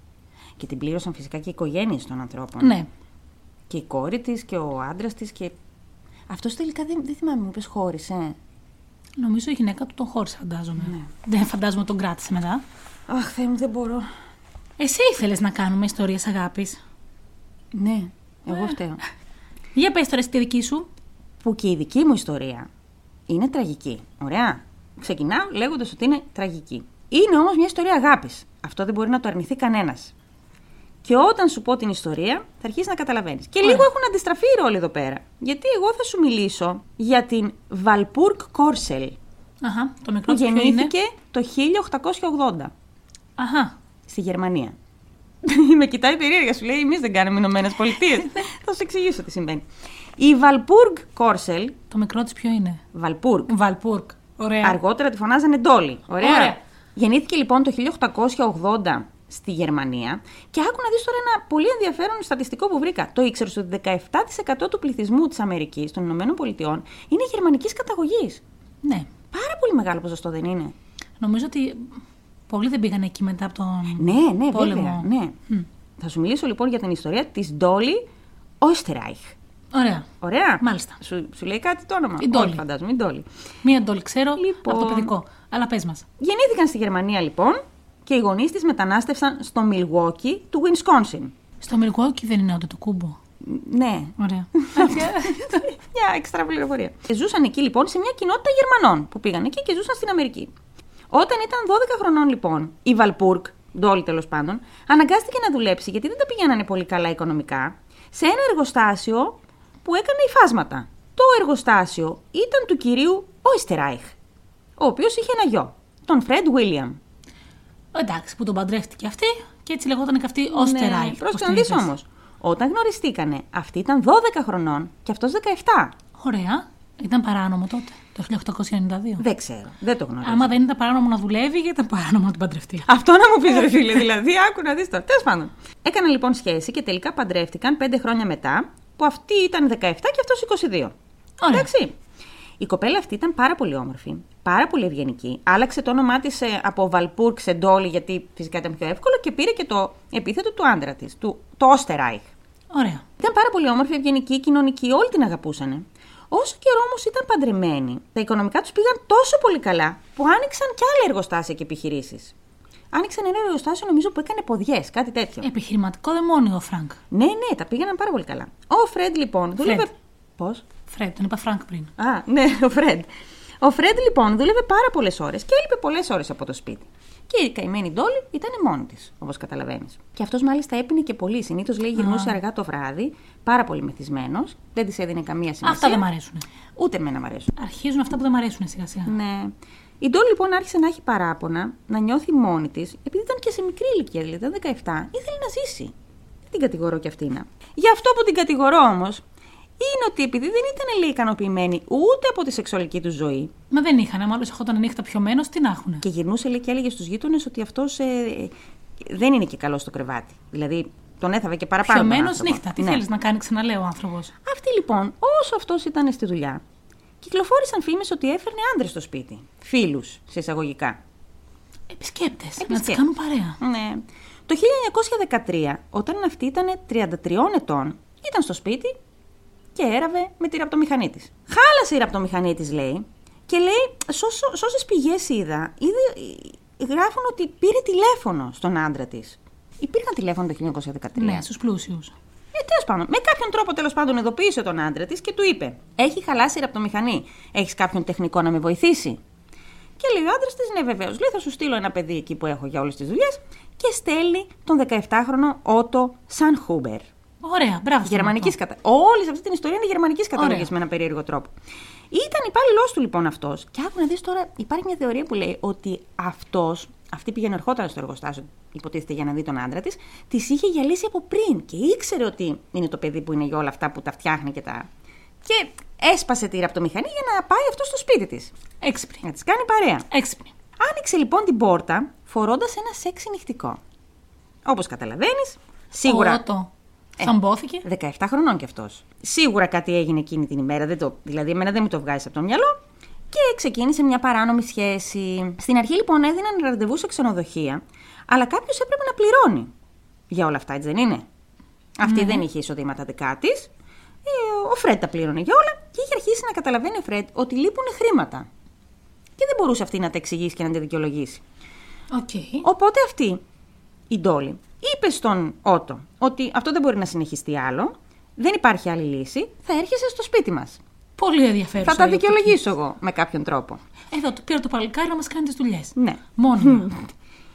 S1: Και την πλήρωσαν φυσικά και οι οικογένειες των ανθρώπων.
S2: Ναι.
S1: Και η κόρη της και ο άντρας της και. Αυτός τελικά δεν, δεν θυμάμαι, μου είπες χώρισε.
S2: Νομίζω η γυναίκα του τον χώρισε, φαντάζομαι.
S1: Ναι.
S2: Δεν φαντάζομαι τον κράτησε μετά.
S1: Αχ, Θεέ μου, δεν μπορώ.
S2: Εσύ ήθελες να κάνουμε ιστορίες αγάπης.
S1: Ναι, εγώ φταίω.
S2: Για πες τώρα στη δική σου.
S1: που και η δική μου ιστορία είναι τραγική. Ωραία. Ξεκινάω λέγοντας ότι είναι τραγική. Είναι όμως μια ιστορία αγάπης. Αυτό δεν μπορεί να το αρνηθεί κανένας. Και όταν σου πω την ιστορία, θα αρχίσεις να καταλαβαίνεις. Και λίγο
S2: Ωραία.
S1: έχουν αντιστραφεί οι ρόλοι εδώ πέρα. Γιατί εγώ θα σου μιλήσω για την Βαλπούρκ Κόρσελ,
S2: Αχα, το
S1: που
S2: μικρό ποιο είναι.
S1: γεννήθηκε το 1880
S2: Αχα.
S1: στη Γερμανία. [laughs] Με κοιτάει περίεργα, σου λέει: Εμείς δεν κάναμε Ηνωμένες
S2: [laughs]
S1: Πολιτείες. θα σου εξηγήσω τι συμβαίνει. Η Βαλπούργκ Κόρσελ,
S2: Το μικρό της ποιο είναι.
S1: Βαλπούργκ,
S2: Βαλπούρκ. Ωραία.
S1: Αργότερα τη φωνάζανε Ντόλι. Ωραία.
S2: Ε. Ωραία.
S1: Γεννήθηκε λοιπόν το 1880 στη Γερμανία και άκου να δεις τώρα ένα πολύ ενδιαφέρον στατιστικό που βρήκα. Το ήξερε ότι 17% του πληθυσμού της Αμερικής, των Ηνωμένων Πολιτειών, είναι γερμανικής καταγωγής.
S2: Ναι.
S1: Πάρα πολύ μεγάλο ποσοστό δεν είναι.
S2: Νομίζω ότι πολλοί δεν πήγαν εκεί μετά από τον.
S1: Ναι, ναι,
S2: Πόλεμο.
S1: βέβαια. Ναι.
S2: Μμ.
S1: Θα σου μιλήσω λοιπόν για την ιστορία της Ντόλι Όστεραϊχ.
S2: Ωραία.
S1: Ωραία.
S2: Μάλιστα.
S1: Σου, σου λέει κάτι το όνομα.
S2: Η Dolly.
S1: Όχι, φαντάζομαι, η Dolly.
S2: Μία ντόλ ξέρω
S1: Λοιπόν.
S2: από το παιδικό. Αλλά πες μας.
S1: Γεννήθηκαν στη Γερμανία λοιπόν και οι γονείς της μετανάστευσαν στο Milwaukee του Wisconsin.
S2: Στο Μιλγόκι δεν είναι ούτε το κούμπο.
S1: Ναι,
S2: Ωραία.
S1: μια έξτρα πληροφορία. Ζούσαν εκεί λοιπόν σε μια κοινότητα Γερμανών που πήγαν εκεί και ζούσαν στην Αμερική. Όταν ήταν 12 χρονών λοιπόν, η Βαλπούρκ, ντόλη τέλος πάντων, αναγκάστηκε να δουλέψει γιατί δεν τα πηγαίνανε πολύ καλά οικονομικά σε ένα εργοστάσιο που έκανε υφάσματα. Το εργοστάσιο ήταν του κυρίου Όιστεράιχ, ο οποίος είχε ένα γιο, τον Φρεντ Βίλιαμ.
S2: [laughs] Εντάξει, που τον παντρεύτηκε αυτή και έτσι λεγόταν και αυτή ω
S1: Ναι, Πρόσεχε να δεις όμως. Όταν γνωριστήκανε, αυτή ήταν 12 χρονών και αυτός 17.
S2: Ωραία. Ήταν παράνομο τότε, το 1892.
S1: Δεν ξέρω, δεν το γνωρίζω.
S2: Άμα δεν ήταν παράνομο να δουλεύει, γιατί ήταν παράνομο να την παντρευτεί.
S1: Αυτό να μου πεις, ρε φίλε. δηλαδή, άκου να δεις τώρα. Τέλος πάντων. Έκαναν λοιπόν σχέση και τελικά παντρεύτηκαν πέντε χρόνια μετά, που αυτή ήταν 17 και αυτός 22.
S2: Ωραία.
S1: Εντάξει. Η κοπέλα αυτή ήταν πάρα πολύ όμορφη, πάρα πολύ ευγενική. Άλλαξε το όνομά της από Βαλπούρκ σε Ντόλι, γιατί φυσικά ήταν πιο εύκολο, και πήρε και το επίθετο του άντρα της, του το Όστεράιχ.
S2: Ωραία.
S1: Ήταν πάρα πολύ όμορφη, ευγενική, κοινωνική, όλοι την αγαπούσανε. Όσο καιρό όμως ήταν παντρεμένοι, τα οικονομικά τους πήγαν τόσο πολύ καλά που άνοιξαν και άλλα εργοστάσια και επιχειρήσεις. Άνοιξαν ένα εργοστάσιο, νομίζω, που έκανε ποδιές, κάτι τέτοιο.
S2: Ε. Επιχειρηματικό δαιμόνιο ο Φρανκ.
S1: Ναι, ναι, τα πήγαιναν πάρα πολύ καλά. Ο Φρεντ λοιπόν δούλευε. Πώ?
S2: Φρέντ, τον είπα Φρανκ πριν.
S1: Α, ναι, [laughs] ο Φρεντ. Ο Φρεντ λοιπόν δούλευε πάρα πολλές ώρες και έλειπε πολλές ώρες από το σπίτι. Και η καημένη Ντόλη ήταν μόνη της, όπως καταλαβαίνεις. Και αυτός μάλιστα έπινε και πολύ. Συνήθως λέει γυρνούσε αργά το βράδυ, πάρα πολύ μεθυσμένος, δεν της έδινε καμία σημασία.
S2: Αυτά δεν μ' αρέσουν.
S1: Ούτε εμένα μ' αρέσουν.
S2: Αρχίζουν αυτά που δεν μ' αρέσουν σιγά σιγά.
S1: Ναι. Η Ντόλ λοιπόν άρχισε να έχει παράπονα, να νιώθει μόνη της, επειδή ήταν και σε μικρή ηλικία, δηλαδή ήταν 17, ήθελε να ζήσει. Δεν την κατηγορώ κι αυτήν. Γι' αυτό που την κατηγορώ όμως, είναι ότι επειδή δεν ήταν λέει ικανοποιημένη ούτε από τη σεξουαλική τους ζωή,
S2: Μα δεν είχαν. Μάλλον ερχόταν νύχτα πιωμένος, τι να έχουν.
S1: και γυρνούσε λέει, και έλεγε στους γείτονες ότι αυτός ε, δεν είναι και καλός στο κρεβάτι. Δηλαδή τον έθαβε και παραπάνω. τον
S2: Πιωμένος
S1: άνθρωπο.
S2: νύχτα. Τι
S1: Ναι.
S2: θέλεις να κάνει, ξαναλέω ο άνθρωπος.
S1: Αυτή λοιπόν, όσο αυτός ήταν στη δουλειά, κυκλοφόρησαν φήμες ότι έφερνε άντρες στο σπίτι. Φίλους, σε εισαγωγικά.
S2: Επισκέπτες. Να
S1: Επισκέπτες.
S2: τι κάνουν παρέα.
S1: Ναι. Το 1913, όταν αυτή ήταν 33 ετών, ήταν στο σπίτι και έραβε με τη ραπτομηχανή της. Χάλασε η ραπτομηχανή της, λέει, και λέει, σώσες πηγές είδα, είδε, γράφουν ότι πήρε τηλέφωνο στον άντρα της. Υπήρχαν τηλέφωνα το 1913.
S2: Ναι, στους πλούσιους.
S1: Ε, τέλος πάντων. Με κάποιον τρόπο τέλος πάντων ειδοποίησε τον άντρα της και του είπε: Έχει χαλάσει η ραπτομηχανή. Έχεις κάποιον τεχνικό να με βοηθήσει. Και λέει ο άντρας της, ναι, βεβαίως. Λέει, θα σου στείλω ένα παιδί εκεί που έχω για όλες τις δουλειές. Και στέλνει τον 17χρονο Ότο Σανχούμπερ.
S2: Ωραία, μπράβο. στον
S1: Γερμανικής
S2: Ότο.
S1: κατα... Όλη σε αυτή την ιστορία είναι γερμανικής καταγωγή
S2: Ωραία.
S1: με ένα περίεργο τρόπο. Ήταν υπάλληλός του λοιπόν αυτός. Και άκου να δεις τώρα, υπάρχει μια θεωρία που λέει ότι αυτός, αυτή πήγαινε ερχόταν στο εργοστάσιο, υποτίθεται για να δει τον άντρα της, της είχε γυαλίσει από πριν και ήξερε ότι είναι το παιδί που είναι για όλα αυτά που τα φτιάχνει και τα. Και έσπασε τη ραπτομηχανή για να πάει αυτό στο σπίτι της.
S2: Έξυπνη.
S1: Να της κάνει παρέα.
S2: Έξυπνη.
S1: Άνοιξε λοιπόν την πόρτα φορώντας ένα σεξ νυχτικό. Όπως καταλαβαίνεις, σίγουρα.
S2: Ότο.
S1: Ε.
S2: Θαμπόθηκε.
S1: 17 χρονών κι αυτός. Σίγουρα κάτι έγινε εκείνη την ημέρα, δεν το, δηλαδή εμένα δεν μου το βγάζει από το μυαλό. Και ξεκίνησε μια παράνομη σχέση. Στην αρχή λοιπόν έδιναν ραντεβού σε ξενοδοχεία, αλλά κάποιος έπρεπε να πληρώνει για όλα αυτά, έτσι δεν είναι. Αυτή δεν είχε εισοδήματα δικά της. Ο Φρέντ τα πλήρωνε για όλα και είχε αρχίσει να καταλαβαίνει ο Φρέντ ότι λείπουν χρήματα. Και δεν μπορούσε αυτή να τα εξηγήσει και να τα δικαιολογήσει.
S2: Οκ.
S1: Οπότε αυτή η Ντόλη είπες στον Ότο ότι αυτό δεν μπορεί να συνεχιστεί άλλο, δεν υπάρχει άλλη λύση, θα έρχεσαι στο σπίτι μας.
S2: Πολύ ενδιαφέρον.
S1: Θα τα δικαιολογήσω εγώ με κάποιον τρόπο.
S2: Εδώ το πήρα το παλικάρι να μας κάνει τις δουλειές.
S1: Ναι.
S2: Μόνο.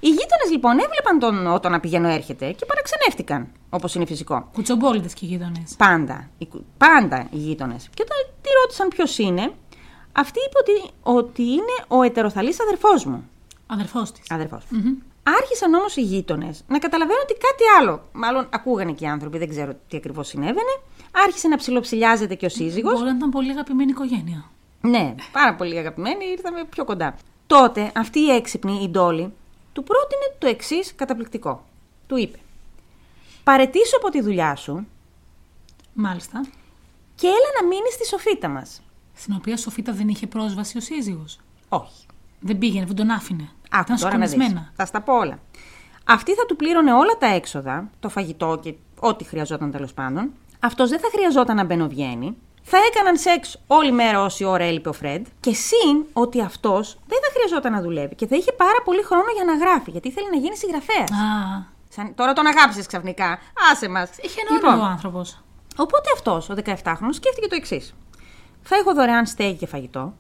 S1: Οι γείτονες λοιπόν έβλεπαν τον Ότο να πηγαίνω έρχεται και παραξενεύτηκαν, όπως είναι φυσικό.
S2: Κουτσομπόλιδε και γείτονες.
S1: Πάντα. Οι κου- Πάντα οι γείτονες. Και όταν τη ρώτησαν ποιος είναι, αυτή είπε ότι, ότι είναι ο ετεροθαλής αδερφός μου.
S2: Αδερφός της.
S1: Αδερφός. Άρχισαν όμως οι γείτονες να καταλαβαίνουν ότι κάτι άλλο. Μάλλον ακούγανε και οι άνθρωποι, δεν ξέρω τι ακριβώς συνέβαινε. Άρχισε να ψιλοψηλιάζεται και ο σύζυγος.
S2: Μπορεί να ήταν πολύ αγαπημένη οικογένεια.
S1: Ναι, πάρα πολύ αγαπημένοι, ήρθαμε πιο κοντά. Τότε αυτή η έξυπνη, η Ντόλη, του πρότεινε το εξής καταπληκτικό. Του είπε: Παρετήσου από τη δουλειά σου
S2: Μάλιστα.
S1: και έλα να μείνεις στη σοφίτα μας.
S2: Στην οποία σοφίτα δεν είχε πρόσβαση ο σύζυγος.
S1: Όχι.
S2: Δεν πήγαινε, δεν τον άφηνε.
S1: Άκου
S2: ήταν
S1: τώρα να δεις.
S2: σκονισμένα.
S1: Θα στα πω όλα. Αυτή θα του πλήρωνε όλα τα έξοδα, το φαγητό και ό,τι χρειαζόταν τέλος πάντων. Αυτός δεν θα χρειαζόταν να μπαινοβγαίνει. Θα έκαναν σεξ όλη μέρα όση ώρα έλειπε ο Φρεντ. Και συν ότι αυτός δεν θα χρειαζόταν να δουλεύει και θα είχε πάρα πολύ χρόνο για να γράφει, γιατί ήθελε να γίνει συγγραφέας.
S2: Α,
S1: Σαν... Τώρα τον αγάπησες ξαφνικά. Άσε μας.
S2: είχε ένα
S1: Λοιπόν.
S2: όνειρο ο άνθρωπος.
S1: Οπότε αυτός, ο 17χρονο, σκέφτηκε το εξής. Θα έχω δωρεάν στέγη και φαγητό.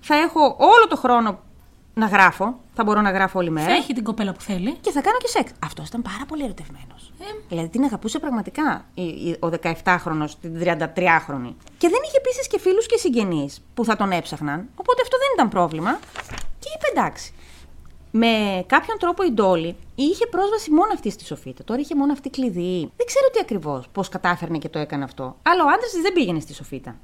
S1: Θα έχω όλο το χρόνο να γράφω. Θα μπορώ να γράφω όλη μέρα.
S2: Θα έχει την κοπέλα που θέλει.
S1: Και θα κάνω και σεξ. Αυτός ήταν πάρα πολύ ερωτευμένος.
S2: Ε,
S1: Δηλαδή την αγαπούσε πραγματικά η- η- ο 17χρονο, την 33χρονη. Και δεν είχε επίσης και φίλους και συγγενείς που θα τον έψαχναν. Οπότε αυτό δεν ήταν πρόβλημα. Και είπε εντάξει. Με κάποιον τρόπο η Ντόλη είχε πρόσβαση μόνο αυτή στη σοφίτα. Τώρα είχε μόνο αυτή κλειδί. Δεν ξέρω τι ακριβώς, πώς κατάφερνε και το έκανε αυτό. Αλλά ο άντρας της δεν πήγαινε στη σοφίτα.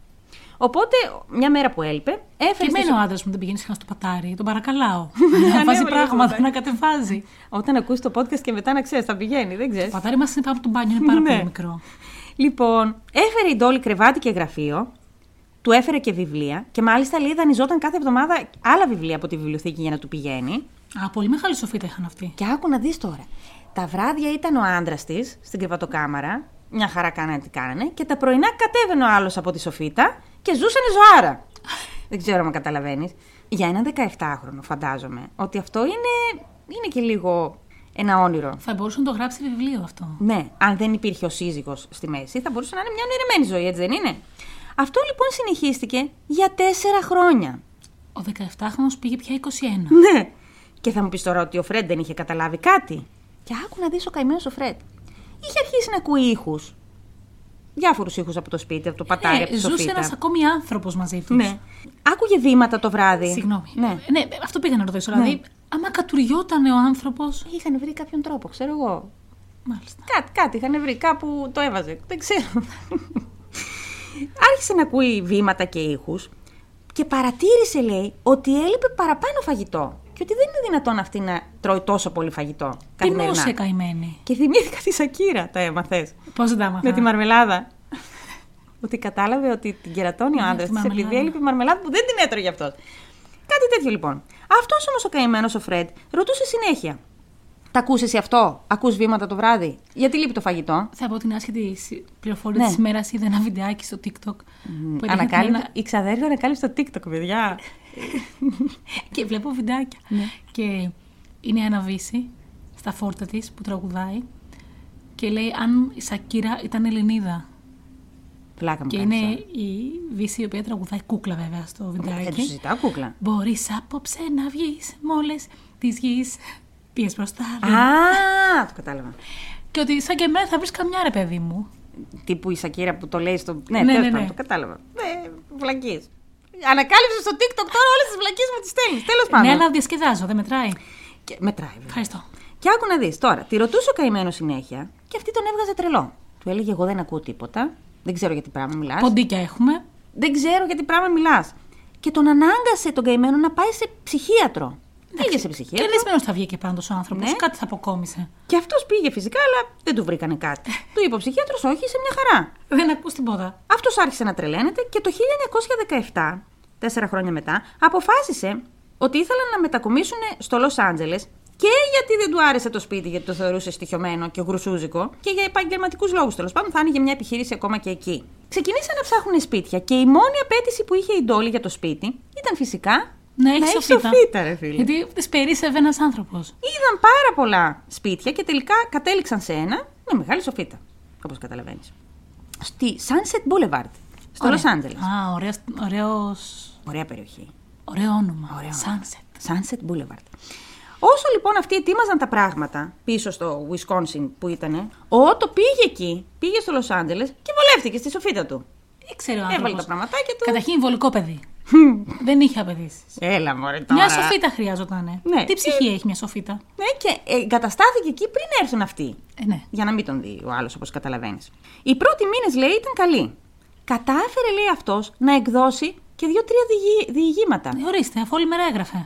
S1: Οπότε μια μέρα που έλειπε, έφερε.
S2: και
S1: στη
S2: εμένα ο
S1: σο-
S2: άντρας μου δεν πηγαίνει συχνά στο πατάρι.
S1: [laughs]
S2: Τον παρακαλάω.
S1: Ανέβαλε
S2: να βάζει
S1: λίγο
S2: πράγματα,
S1: πατάρι.
S2: να
S1: Ε.
S2: κατεβάζει.
S1: Όταν ακούσει το podcast και μετά να ξέρεις, θα πηγαίνει, δεν ξέρεις.
S2: Το πατάρι μας είναι πάνω από τον μπάνιο, είναι πάρα
S1: Ναι.
S2: πολύ μικρό.
S1: Λοιπόν, έφερε η Ντόλη κρεβάτι και γραφείο, του έφερε και βιβλία και μάλιστα λέει δανειζόταν κάθε εβδομάδα άλλα βιβλία από τη βιβλιοθήκη για να του πηγαίνει.
S2: Α, πολύ μεγάλη σοφίτα είχαν αυτοί.
S1: Και άκου να δεις τώρα. Τα βράδια ήταν ο άντρας της στην κρεβατοκάμαρα, μια χαρά κάνανε τι κάνανε, και τα πρωινά κατέβαινε ο άλλος από τη σοφίτα και ζούσανε ζωάρα. Δεν ξέρω αν καταλαβαίνεις. Για έναν 17χρονο, φαντάζομαι ότι αυτό είναι, είναι και λίγο ένα όνειρο.
S2: Θα μπορούσε να το γράψει βιβλίο αυτό.
S1: Ναι, αν δεν υπήρχε ο σύζυγος στη μέση, θα μπορούσε να είναι μια ονειρεμένη ζωή, έτσι δεν είναι. Αυτό λοιπόν συνεχίστηκε για τέσσερα χρόνια.
S2: Ο 17χρονο πήγε πια 21.
S1: Ναι. Και θα μου πεις τώρα ότι ο Φρέντ δεν είχε καταλάβει κάτι. Και άκου να δεις ο καημένος ο Φρέντ. Είχε αρχίσει να ακούει ήχους. Διάφορους ήχους από το σπίτι, από το πατάρι, από
S2: Ε,
S1: τη
S2: ζούσε
S1: σοφίτα.
S2: ένας ακόμη άνθρωπος μαζί τους.
S1: Ναι. Άκουγε βήματα το βράδυ.
S2: Συγγνώμη.
S1: Ναι.
S2: ναι, αυτό πήγα να ρωτήσω. Δηλαδή, άμα κατουριόταν ο άνθρωπος.
S1: Είχαν βρει κάποιον τρόπο, ξέρω εγώ.
S2: Μάλιστα.
S1: Κάτι, κάτι είχαν βρει, κάπου το έβαζε. Δεν ξέρω. Άρχισε να ακούει βήματα και ήχους και παρατήρησε, λέει, ότι έλειπε παραπάνω φαγητό. Και ότι δεν είναι δυνατόν αυτή να τρώει τόσο πολύ φαγητό
S2: Τι
S1: καθημερινά.
S2: νόησε καημένη.
S1: Και θυμήθηκα τη Σακύρα, τα έμαθες.
S2: Πώς δεν τα άμαθα.
S1: Με τη μαρμελάδα. ότι κατάλαβε ότι την κερατώνει ο
S2: Ναι,
S1: άντρα
S2: τη
S1: της επειδή
S2: μαρμελάδα.
S1: έλειπε η μαρμελάδα που δεν την έτρωγε αυτός. Κάτι τέτοιο λοιπόν. Αυτός όμως ο καημένος ο Φρεντ ρωτούσε συνέχεια. Τα ακούς εσύ αυτό, ακούς βήματα το βράδυ, γιατί λείπει το φαγητό.
S2: Θα πω την άσχετη συ- πληροφορία
S1: Ναι.
S2: της τη ημέρα. Είδα ένα βιντεάκι στο TikTok. που έδειχνε
S1: Ανακάλυψε.
S2: ένα-
S1: Η ξαδέρφη ανακάλυψε το TikTok, παιδιά.
S2: Και βλέπω βιντεάκια.
S1: Ναι.
S2: Και είναι ένα βύση στα φόρτα της που τραγουδάει. Και λέει αν η Σακύρα ήταν Ελληνίδα.
S1: Πλάκα μου
S2: Και
S1: κάνεις ε.
S2: είναι
S1: τώρα.
S2: η Βύση η οποία τραγουδάει κούκλα βέβαια στο
S1: Δεν του
S2: βιντεάκι.
S1: ζητάω Ε, κούκλα.
S2: Μπορείς απόψε να βγεις μόλις της γης πιες προς τα άλλη.
S1: Α, το κατάλαβα.
S2: Και ότι σαν και εμένα θα βρεις καμιά ρε παιδί μου.
S1: Τύπου η Σακύρα που το λέει στο. Ναι,
S2: Ναι,
S1: ναι,
S2: ναι,
S1: ναι,
S2: ναι.
S1: το κατάλαβα. Ναι, βλακίες. Ανακάλυψες στο TikTok τώρα όλες τις βλακίες μου τις στέλνεις. Τέλος πάντων.
S2: Ναι, αλλά διασκεδάζω, δεν μετράει.
S1: Και... Μετράει, βέβαια.
S2: Ευχαριστώ.
S1: Και άκου να δεις τώρα. Τη ρωτούσε ο καημένος συνέχεια και αυτή τον έβγαζε τρελό. Του έλεγε: Εγώ δεν ακούω τίποτα. Δεν ξέρω για τι πράγμα μιλάς.
S2: Ποντίκια έχουμε.
S1: Δεν ξέρω για τι πράγμα μιλάς. Και τον ανάγκασε τον καημένο να πάει σε ψυχίατρο. Πήγε σε ψυχίατρο.
S2: Κερδισμένο θα βγει και πάνω ο άνθρωπος.
S1: Ναι.
S2: Κάτι θα αποκόμισε.
S1: Και αυτός πήγε φυσικά, αλλά δεν του βρήκανε κάτι. του είπε ο ψυχίατρος: Όχι, είσαι μια χαρά.
S2: Δεν ακούς τίποτα.
S1: Αυτός άρχισε να τρελαίνεται και το 1917, τέσσερα χρόνια μετά, αποφάσισε ότι ήθελαν να μετακομίσουν στο Λος Άντζελες και γιατί δεν του άρεσε το σπίτι, γιατί το θεωρούσε στοιχειωμένο και γρουσούζικο, και για επαγγελματικούς λόγους τέλος πάντων, θα άνοιγε μια επιχείρηση ακόμα και εκεί. Ξεκινήσαν να ψάχνουν σπίτια και η μόνη απέτηση που είχε η Ντόλη για το σπίτι ήταν φυσικά
S2: Να έχεις
S1: έχεις σοφίτα, ρε φίλε.
S2: Γιατί τη περίσευε ένας άνθρωπος.
S1: Είδαν πάρα πολλά σπίτια και τελικά κατέληξαν σε ένα με μεγάλη σοφίτα. Όπως καταλαβαίνεις. Στη Sunset Boulevard, στο Λο Άντζελε.
S2: Α, ωραίος, ωραίος-
S1: Ωραία περιοχή.
S2: ωραίο όνομα.
S1: Ωραίο.
S2: Sunset.
S1: Sunset Boulevard. Όσο λοιπόν αυτοί ετοίμαζαν τα πράγματα πίσω στο Wisconsin που ήτανε, ο Ότο πήγε εκεί, πήγε στο Λος Άντελες και βολεύτηκε στη σοφίτα του.
S2: Ήξερε ο
S1: Ε, Έβαλε
S2: άνθρωπος.
S1: τα πραγματάκια του.
S2: Καταρχήν βολικό παιδί. δεν είχε απαιτήσεις.
S1: Έλα μωρέ τώρα.
S2: Μια σοφίτα χρειαζόταν.
S1: Ναι.
S2: Τι ψυχή έχει μια σοφίτα.
S1: Ναι και ε, καταστάθηκε εκεί πριν έρθουν αυτοί.
S2: Ε, ναι.
S1: Για να μην τον δει ο άλλος, όπως καταλαβαίνεις. Οι πρώτοι μήνες, λέει, ήταν καλοί. Κατάφερε, λέει αυτός, να εκδώσει και δύο-τρία διηγη- διηγήματα.
S2: Ε, Ορίστε, αφού όλη μέρα έγραφε.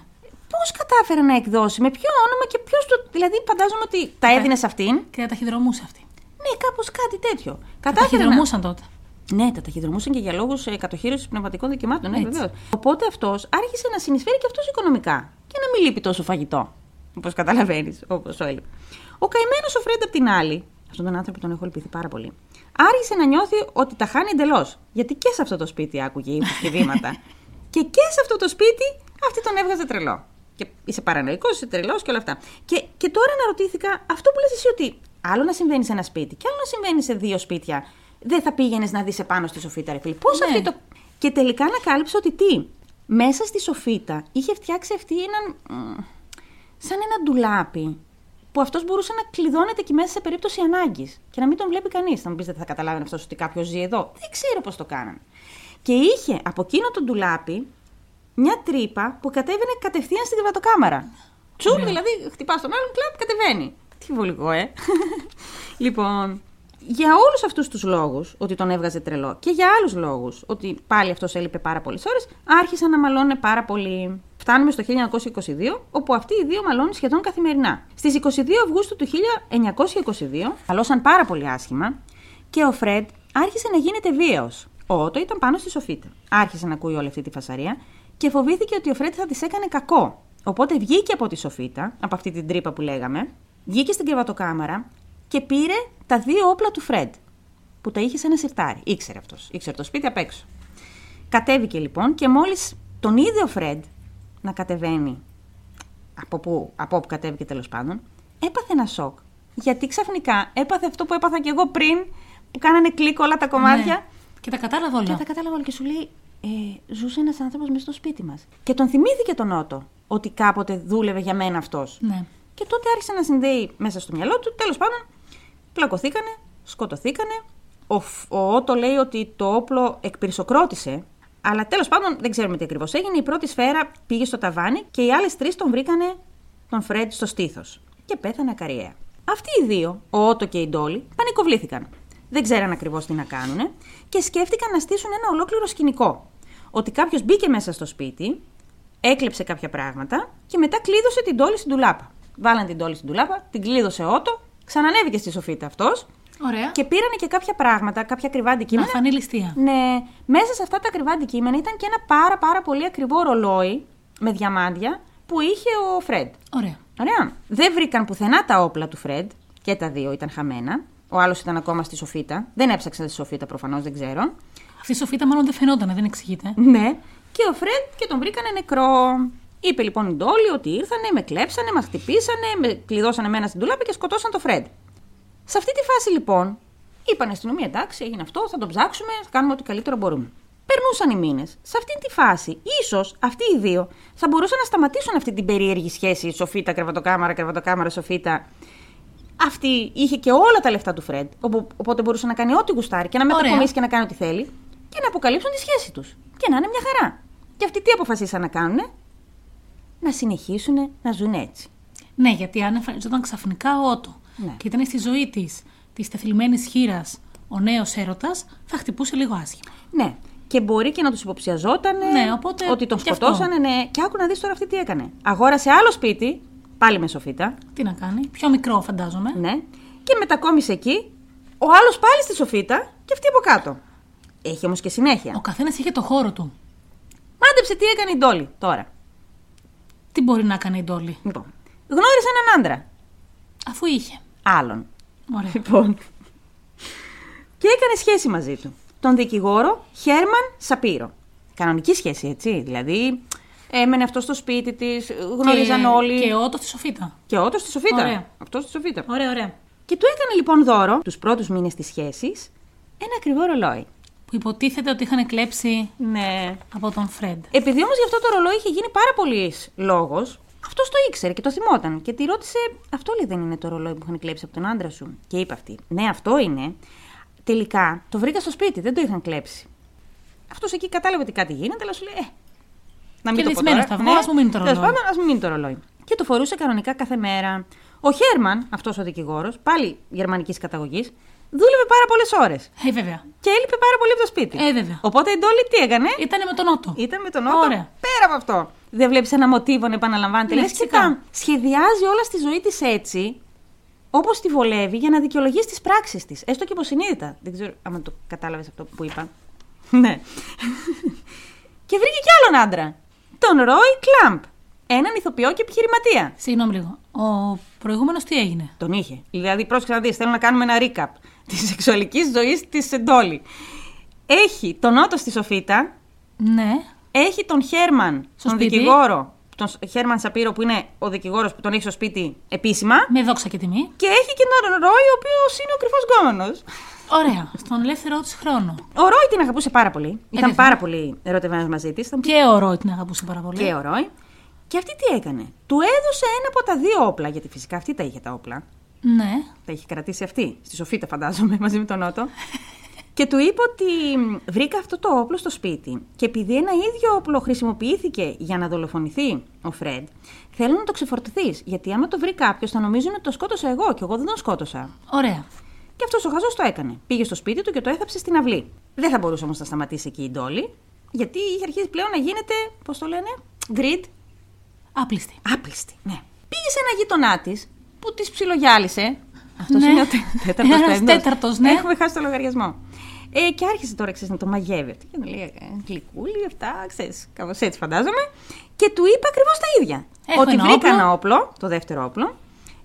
S1: Πώς κατάφερε να εκδώσει, με ποιο όνομα και ποιος του. Δηλαδή, φαντάζομαι ότι
S2: Ναι.
S1: τα έδινε σε αυτήν.
S2: Και τα ταχυδρομούσε αυτή.
S1: Ναι, κάπως κάτι τέτοιο.
S2: Τα
S1: Κατάφερε να...
S2: ταχυδρομούσαν τότε.
S1: Ναι, τα ταχυδρομούσαν και για λόγους ε, κατοχήρωσης πνευματικών δικαιωμάτων. Ναι,
S2: Έτσι.
S1: βεβαίως. Οπότε αυτός άρχισε να συνεισφέρει και αυτός οικονομικά. Και να μην λείπει τόσο φαγητό. Όπως καταλαβαίνεις, όπως όλοι. Ο καημένος ο Φρέντ απ' την άλλη, αυτόν τον άνθρωπο τον έχω ελπιθεί πάρα πολύ, άρχισε να νιώθει ότι τα χάνει εντελώς. Γιατί και σε αυτό το σπίτι άκουγε ήχους και βήματα. και και σε αυτό το σπίτι αυτή τον έβγαζε τρελό. Και είσαι παρανοϊκός, είσαι τρελός και όλα αυτά. Και, και τώρα αναρωτήθηκα αυτό που λες εσύ ότι άλλο να συμβαίνει σε ένα σπίτι και άλλο να συμβαίνει σε δύο σπίτια. Δεν θα πήγαινες να δεις επάνω στη σοφίτα, ρε φίλε. Πώς
S2: Ναι.
S1: αυτή το. Και τελικά ανακάλυψα ότι τι. Μέσα στη σοφίτα είχε φτιάξει αυτή έναν. μ, σαν ένα ντουλάπι που αυτός μπορούσε να κλειδώνεται εκεί μέσα σε περίπτωση ανάγκης και να μην τον βλέπει κανείς. Θα μου πεις, δεν θα καταλάβει αυτός ότι κάποιος ζει εδώ. Δεν ξέρω πώς το κάνανε. Και είχε από εκείνο τον ντουλάπι μια τρύπα που κατέβαινε κατευθείαν στην κρεβατοκάμαρα. Τσουμ,
S2: Ωραία.
S1: δηλαδή χτυπάς τον άλλον, κλαπ, κατεβαίνει. Τι βολικό, ε. [laughs] λοιπόν, για όλους αυτούς τους λόγους ότι τον έβγαζε τρελό και για άλλους λόγους ότι πάλι αυτός έλειπε πάρα πολλές ώρες, άρχισαν να μαλώνε πάρα πολύ. Φτάνουμε στο 1922, όπου αυτοί οι δύο μαλώνουν σχεδόν καθημερινά. Στις 22 Αυγούστου του 1922, μαλώσαν πάρα πολύ άσχημα και ο Φρεντ άρχισε να γίνεται βίαιος. Ο Ότο ήταν πάνω στη σοφίτα. Άρχισε να ακούει όλη αυτή τη φασαρία και φοβήθηκε ότι ο Φρέντ θα της έκανε κακό. Οπότε βγήκε από τη σοφίτα, από αυτή την τρύπα που λέγαμε, βγήκε στην κρεβατοκάμαρα και πήρε τα δύο όπλα του Φρέντ. Που τα είχε σε ένα σιρτάρι. Ήξερε αυτός. Ήξερε το σπίτι απ' έξω. Κατέβηκε λοιπόν και μόλις τον είδε ο Φρέντ να κατεβαίνει από που, από όπου κατέβηκε τέλος πάντων, έπαθε ένα σοκ. Γιατί ξαφνικά έπαθε αυτό που έπαθα και εγώ πριν, που κάνανε κλικ όλα τα κομμάτια.
S2: Ναι. Και τα κατάλαβα όλα.
S1: Και τα κατάλαβα όλα και σου λέει, ε, ζούσε ένας άνθρωπος μέσα στο σπίτι μας. Και τον θυμήθηκε τον Ότο, ότι κάποτε δούλευε για μένα αυτός.
S2: Ναι.
S1: Και τότε άρχισε να συνδέει μέσα στο μυαλό του. Τέλος πάντων, πλακωθήκανε, σκοτωθήκανε. Ο, Φ- ο Ότο λέει ότι το όπλο εκπυρσοκρότησε. Αλλά τέλος πάντων δεν ξέρουμε τι ακριβώς έγινε. Η πρώτη σφαίρα πήγε στο ταβάνι και οι άλλες τρεις τον βρήκανε τον Φρέντ στο στήθος. Και πέθανε ακαριέα. Αυτοί οι δύο, ο Ότο και η Ντόλη, πανικοβλήθηκαν. Δεν ξέραν ακριβώς τι να κάνουν και σκέφτηκαν να στήσουν ένα ολόκληρο σκηνικό. Ότι κάποιος μπήκε μέσα στο σπίτι, έκλεψε κάποια πράγματα και μετά κλείδωσε την τόλη στην τουλάπα. Βάλαν την τόλη στην τουλάπα, την κλείδωσε ότο, ξανανέβηκε στη σοφίτα αυτός
S2: Ωραία.
S1: και πήρανε και κάποια πράγματα, κάποια ακριβά
S2: Να
S1: αντικείμενα.
S2: φανεί ληστεία.
S1: Ναι, μέσα σε αυτά τα ακριβά αντικείμενα ήταν και ένα πάρα πάρα πολύ ακριβό ρολόι με διαμάντια που είχε ο Φρεντ.
S2: Ωραία.
S1: Ωραία. Δεν βρήκαν πουθενά τα όπλα του Φρεντ. Και τα δύο ήταν χαμένα. Ο άλλος ήταν ακόμα στη σοφίτα. Δεν έψαξαν στη σοφίτα προφανώς, δεν ξέρω.
S2: Αυτή η σοφίτα μάλλον δεν φαινόταν, δεν εξηγείται.
S1: Ναι. Και ο Φρεντ και τον βρήκανε νεκρό. Είπε λοιπόν η Ντόλη ότι ήρθανε, με κλέψανε, μας χτυπήσανε, με κλειδώσανε μένα στην τουλάπα και σκοτώσαν το Φρεντ. Σε αυτή τη φάση λοιπόν, Είπαν αστυνομία, εντάξει, έγινε αυτό, θα τον ψάξουμε, θα κάνουμε ό,τι καλύτερο μπορούμε. Περνούσαν οι μήνες. Σε αυτή τη φάση, ίσως αυτοί οι δύο θα μπορούσαν να σταματήσουν αυτή την περίεργη σχέση Σοφίτα, κρεβατοκάμαρα, κρεβατοκάμαρα, Σοφίτα. Αυτή είχε και όλα τα λεφτά του Φρεντ, οπο- οπότε μπορούσε να κάνει ό,τι γουστάρει και να
S2: Ωραία.
S1: μετακομίσει και να κάνει ό,τι θέλει και να αποκαλύψουν τη σχέση τους. Και να είναι μια χαρά. Και αυτοί τι αποφασίσαν να κάνουν, να συνεχίσουν να ζουν έτσι.
S2: Ναι, γιατί αν εμφανιζόταν ξαφνικά ο Ότο
S1: Ναι.
S2: και ήταν στη ζωή της, της τεθλιμμένης χείρας, ο νέος έρωτας, θα χτυπούσε λίγο άσχημα.
S1: Ναι. Και μπορεί και να τους υποψιαζόταν
S2: Ναι, οπότε
S1: ότι τον
S2: και αυτό.
S1: σκοτώσανε. Ναι. Και άκου να δεις τώρα αυτή τι έκανε. Αγόρασε άλλο σπίτι, πάλι με σοφίτα.
S2: Τι να κάνει, πιο μικρό φαντάζομαι.
S1: Ναι. Και μετακόμισε εκεί. Ο άλλος πάλι στη σοφίτα και αυτή από κάτω. Έχει όμως και συνέχεια.
S2: Ο καθένας είχε το χώρο του.
S1: Μάντεψε τι έκανε η Ντόλη τώρα.
S2: Τι μπορεί να κάνει η Ντόλη,
S1: Λοιπόν. Γνώρισε έναν άντρα.
S2: αφού είχε.
S1: Άλλον.
S2: Ωραία.
S1: Λοιπόν. Και έκανε σχέση μαζί του. Τον δικηγόρο Χέρμαν Σαπύρο. Κανονική σχέση, έτσι. Δηλαδή, έμενε αυτός στο σπίτι της, γνώριζαν
S2: και,
S1: όλοι.
S2: Και ο Ότος στη Σοφίτα.
S1: Και ότος στη Σοφίτα.
S2: Ωραία.
S1: Αυτός στη Σοφίτα.
S2: Ωραία, ωραία.
S1: Και του έκανε λοιπόν δώρο τους πρώτους μήνες της σχέσης ένα ακριβό ρολόι.
S2: Που υποτίθεται ότι είχαν κλέψει
S1: Ναι.
S2: από τον Φρεντ.
S1: Επειδή όμως γι' αυτό το ρολόι είχε γίνει πάρα πολύς λόγος, αυτός το ήξερε και το θυμόταν. Και τη ρώτησε, Αυτό λέει δεν είναι το ρολόι που είχαν κλέψει από τον άντρα σου. Και είπε αυτή, Ναι, αυτό είναι. Τελικά το βρήκα στο σπίτι, δεν το είχαν κλέψει. Αυτός εκεί κατάλαβε ότι κάτι γίνεται, αλλά σου λέει, Ε, να μην το πω
S2: Κερδισμένος
S1: τώρα. Ναι,
S2: σταυρό, ας μου μείνει το
S1: Τέλος
S2: ρολόι.
S1: πάντων, ας μου μείνει το ρολόι. Και το φορούσε κανονικά κάθε μέρα. Ο Χέρμαν, αυτός ο δικηγόρος, πάλι γερμανικής καταγωγής, δούλευε πάρα πολλές ώρες.
S2: Ε, βέβαια.
S1: Και έλειπε πάρα πολύ από το σπίτι.
S2: Ε, βέβαια.
S1: Οπότε η Ντόλη τι έκανε.
S2: Ήταν με τον Ότο.
S1: Ήταν με τον Ότο
S2: Ωραία.
S1: πέρα από αυτό. Δεν βλέπεις ένα μοτίβο να επαναλαμβάνεται.
S2: Ναι,
S1: Λες,
S2: φυσικά.
S1: κοιτά, σχεδιάζει όλα στη ζωή της έτσι, όπως τη βολεύει, για να δικαιολογείς τις πράξεις της. Έστω και υποσυνείδητα. Δεν ξέρω αν το κατάλαβες αυτό που [laughs] είπα. ναι. και βρήκε κι άλλον άντρα. Τον Ρόι Κλαμπ. Έναν ηθοποιό και επιχειρηματία.
S2: Συγγνώμη λίγο. Ο προηγούμενος τι έγινε.
S1: Τον είχε. Δηλαδή, πρόσεξε να δεις, θέλω να κάνουμε ένα recap τη σεξουαλική ζωή της Εντόλη. Έχει τον Ότο στη Σοφίτα,
S2: Ναι.
S1: Έχει τον Χέρμαν,
S2: Στο
S1: τον
S2: σπίτι.
S1: δικηγόρο. Τον Σ- Χέρμαν Σαπύρο, που είναι ο δικηγόρος που τον έχει στο σπίτι επίσημα.
S2: Με δόξα και τιμή.
S1: Και έχει και τον Ρόι, ο οποίος είναι ο κρυφό γκόμενος.
S2: Ωραία. Στον ελεύθερο της χρόνο.
S1: Ο Ρόι την αγαπούσε πάρα πολύ. Ήταν
S2: βέβαια.
S1: πάρα πολύ ερωτευμένος μαζί της. Ήταν
S2: Και ο Ρόι την αγαπούσε πάρα πολύ.
S1: και ο Ρόι. Και αυτή τι έκανε. Του έδωσε ένα από τα δύο όπλα, γιατί φυσικά αυτή τα είχε τα όπλα.
S2: Ναι.
S1: Τα είχε κρατήσει αυτή. Στη Σοφίτα, φαντάζομαι, [laughs] μαζί με τον Νότο. και του είπε ότι μ, βρήκα αυτό το όπλο στο σπίτι. Και επειδή ένα ίδιο όπλο χρησιμοποιήθηκε για να δολοφονηθεί ο Φρεντ, θέλω να το ξεφορτωθείς. Γιατί άμα το βρει κάποιος, θα νομίζουν ότι το σκότωσα εγώ και εγώ δεν τον σκότωσα.
S2: Ωραία.
S1: Και αυτός ο χαζός το έκανε. Πήγε στο σπίτι του και το έθαψε στην αυλή. Δεν θα μπορούσε όμως να σταματήσει εκεί η Ντόλη, γιατί είχε αρχίσει πλέον να γίνεται, πώς το λένε, grid
S2: Άπλιστη.
S1: Άπλιστη. Ναι. Πήγε σε ένα γείτονά της που τη ψιλογιάλισε. Αυτός
S2: Ναι.
S1: είναι ο
S2: [laughs]
S1: τέταρτος
S2: Ένας τέταρτος, ναι.
S1: Έχουμε χάσει το λογαριασμό. Ε, και άρχισε τώρα ξέρεις, να το μαγεύεται. Και να λέει ε, γλυκούλη, αυτά, ξέρεις. Κάπως έτσι φαντάζομαι. Και του είπα ακριβώς τα ίδια.
S2: Έχω
S1: ότι
S2: ένα
S1: βρήκα
S2: όπλο.
S1: ένα όπλο, το δεύτερο όπλο.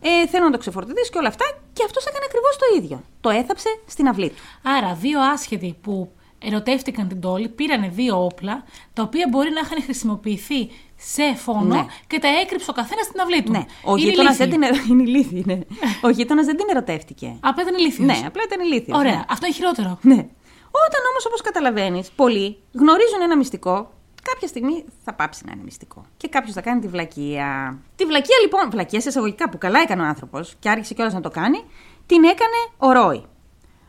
S1: Ε, θέλω να το ξεφορτωθείς και όλα αυτά. Και αυτός έκανε ακριβώς το ίδιο. Το έθαψε στην αυλή του.
S2: Άρα, δύο άσχετοι που ερωτεύτηκαν την τόλη πήρανε δύο όπλα, τα οποία μπορεί να είχαν χρησιμοποιηθεί σε φόνο
S1: Ναι.
S2: και τα έκρυψε ο καθένας στην αυλή του.
S1: Ναι. Ο
S2: Είναι
S1: γείτονας
S2: ηλίθιοι.
S1: δεν την. ερω- [laughs] Είναι ηλίθιοι,
S2: [laughs]
S1: ναι. Ο γείτονας δεν την ερωτεύτηκε.
S2: Απλά ήταν ηλίθιος.
S1: Ναι, απλά ήταν ηλίθιος.
S2: Ωραία. Αυτό είναι χειρότερο.
S1: Ναι. Όταν όμως, όπως καταλαβαίνεις, πολλοί γνωρίζουν ένα μυστικό, κάποια στιγμή θα πάψει να είναι μυστικό. Και κάποιος θα κάνει τη βλακεία. Τη βλακεία λοιπόν, βλακεία σε εισαγωγικά που καλά έκανε ο άνθρωπος και άρχισε κιόλας να το κάνει, την έκανε ο Ρόι.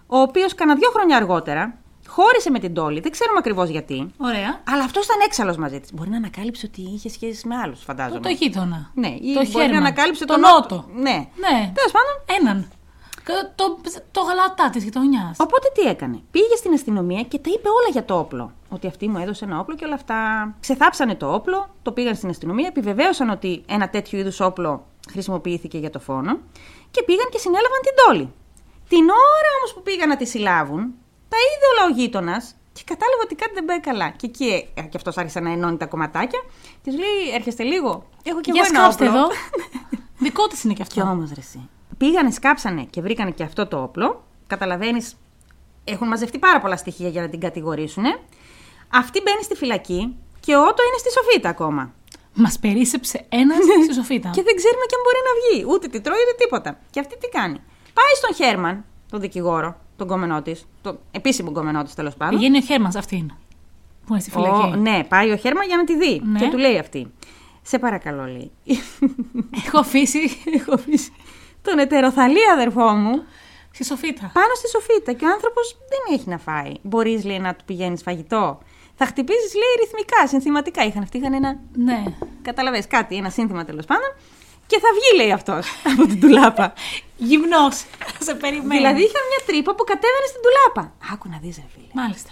S1: Ο οποίο κανένα δύο χρόνια αργότερα χώρισε με την Τόλη, δεν ξέρουμε ακριβώς γιατί.
S2: Ωραία.
S1: Αλλά αυτός ήταν έξαλλος μαζί της. Μπορεί να ανακάλυψε ότι είχε σχέσει με άλλους, φαντάζομαι.
S2: Το, το γείτονα.
S1: Ναι, ή
S2: το
S1: μπορεί να
S2: χέρμα.
S1: ανακάλυψε
S2: τον,
S1: τον
S2: Ότο.
S1: Ναι.
S2: Ναι.
S1: Τέλος πάντων,
S2: Έναν. Και Το, το γαλατά της γειτονιάς.
S1: Οπότε τι έκανε. Πήγε στην αστυνομία και τα είπε όλα για το όπλο. Ότι αυτή μου έδωσε ένα όπλο και όλα αυτά. Ξεθάψανε το όπλο, το πήγαν στην αστυνομία, επιβεβαίωσαν ότι ένα τέτοιο είδους όπλο χρησιμοποιήθηκε για το φόνο και πήγαν και συνέλαβαν την τόλη. Την ώρα όμως που πήγαν να τη συλλάβουν, τα είδε όλα ο γείτονας και κατάλαβε ότι κάτι δεν πάει καλά. Και εκεί ε, και αυτός άρχισε να ενώνει τα κομματάκια. Της λέει: Έρχεστε λίγο. Έχω και
S2: Για
S1: εγώ ένα
S2: σκάψτε
S1: όπλο.
S2: εδώ.
S1: [laughs]
S2: Δικό της είναι και
S1: Κι
S2: αυτό.
S1: όμως, ρε. εσύ. Πήγανε, σκάψανε και βρήκανε και αυτό το όπλο. Καταλαβαίνεις, έχουν μαζευτεί πάρα πολλά στοιχεία για να την κατηγορήσουν. Αυτή μπαίνει στη φυλακή και ο Ότο είναι στη σοφίτα ακόμα.
S2: Μας περίσεψε ένας στη σοφίτα.
S1: Ναι. Και δεν ξέρουμε και αν μπορεί να βγει. Ούτε τι τρώει, ούτε τίποτα. Και αυτή τι κάνει. Πάει στον Χέρμαν, τον δικηγόρο, τον κόμενό της, τον επίσημο κόμενό της τέλος πάντων.
S2: Πηγαίνει ο Χέρμαν αυτήν. Που είναι στη φυλακή.
S1: Ο- ναι, πάει ο Χέρμα για να τη δει.
S2: Ναι.
S1: Και του λέει αυτή. Σε παρακαλώ, λέει. [laughs]
S2: Έχω αφήσει. Έχω αφήσει.
S1: τον ετεροθαλή αδερφό μου
S2: Στη σοφίτα.
S1: πάνω στη σοφίτα και ο άνθρωπος δεν έχει να φάει. Μπορείς, λέει, να του πηγαίνεις φαγητό. Θα χτυπήσεις, λέει, ρυθμικά, συνθηματικά. Είχαν αυτοί, είχαν ένα.
S2: Ναι.
S1: Καταλαβες, κάτι, ένα σύνθημα τέλος πάντων. Και θα βγει, λέει αυτός [laughs] από την τουλάπα.
S2: Γυμνός. Θα σε περιμένει.
S1: δηλαδή είχαν μια τρύπα που κατέβαινε στην τουλάπα. Άκου να δεις, ρε φίλε.
S2: Μάλιστα.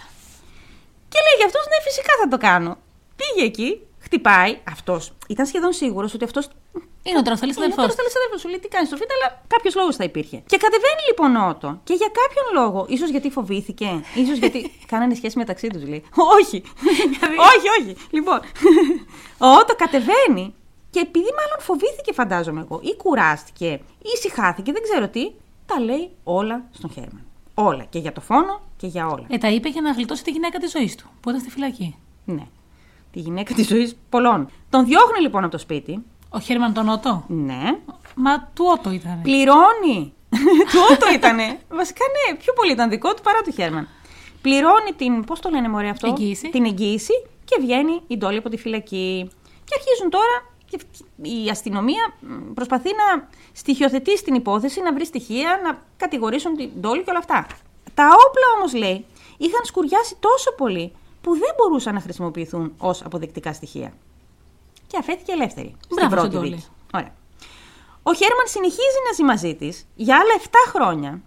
S1: Και λέει για αυτός, ναι, φυσικά θα το κάνω. Πήγε εκεί, χτυπάει. Αυτός ήταν σχεδόν σίγουρος ότι αυτός
S2: Είναι ο τροθελή
S1: Είναι
S2: αδερφό.
S1: τώρα στο αδερφός σου λέει τι κάνεις στο φίτα, αλλά κάποιος λόγος θα υπήρχε. Και κατεβαίνει λοιπόν ο Ότο. Και για κάποιον λόγο, ίσως γιατί φοβήθηκε, ίσως γιατί. Κάνανε σχέση μεταξύ τους, λέει. όχι! όχι, όχι! Λοιπόν, [laughs] ο Ότο κατεβαίνει. Και επειδή μάλλον φοβήθηκε, φαντάζομαι εγώ, ή κουράστηκε, ή συχάθηκε, δεν ξέρω τι, τα λέει όλα στον Χέρμαν. Όλα. Και για το φόνο και για όλα.
S2: Ε, τα είπε για να γλιτώσει τη γυναίκα της ζωής του που ήταν στη φυλακή.
S1: Ναι. Τη γυναίκα της ζωής πολλών. Τον διώχνει λοιπόν από το σπίτι.
S2: Ο Χέρμαν τον Ότο.
S1: Ναι.
S2: Μα του Ότο ήταν.
S1: Πληρώνει. [laughs] του ότο ήτανε. Βασικά ναι, πιο πολύ ήταν δικό του παρά του Χέρμαν. Πληρώνει την. Πώς το λένε μωρέ αυτό.
S2: Εγγύηση.
S1: Την εγγύηση και βγαίνει η Ντόλη από τη φυλακή. Και αρχίζουν τώρα. Και η αστυνομία μ, προσπαθεί να στοιχειοθετήσει την υπόθεση, να βρει στοιχεία, να κατηγορήσουν την Ντόλη και όλα αυτά. Τα όπλα όμως λέει είχαν σκουριάσει τόσο πολύ που δεν μπορούσαν να χρησιμοποιηθούν ως αποδεικτικά στοιχεία. Και αφέθηκε ελεύθερη. στην
S2: Μπράβο,
S1: πρώτη
S2: στον Ντόλη.
S1: δίκη. Ωραία. Ο Χέρμαν συνεχίζει να ζει μαζί της για άλλα 7 χρόνια.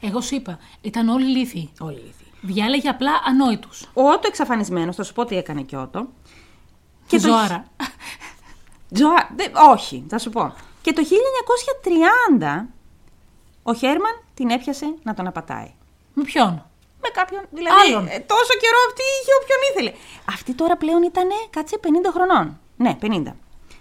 S2: Εγώ σου είπα, ήταν όλοι λύθοι.
S1: Όλοι
S2: Διάλεγε απλά ανόητους.
S1: Ο Ότο εξαφανισμένος, θα σου πω τι έκανε και ο Ότο.
S2: Και
S1: το-
S2: ζωάρα.
S1: Τζοα... δε- Όχι, θα σου πω. Και το 1930 ο Χέρμαν την έπιασε να τον απατάει.
S2: Με ποιον.
S1: Με κάποιον, δηλαδή.
S2: Άλλον.
S1: ε, τόσο καιρό αυτή είχε όποιον ήθελε. Αυτή τώρα πλέον ήταν κάτσε 50 χρονών. Ναι, 50.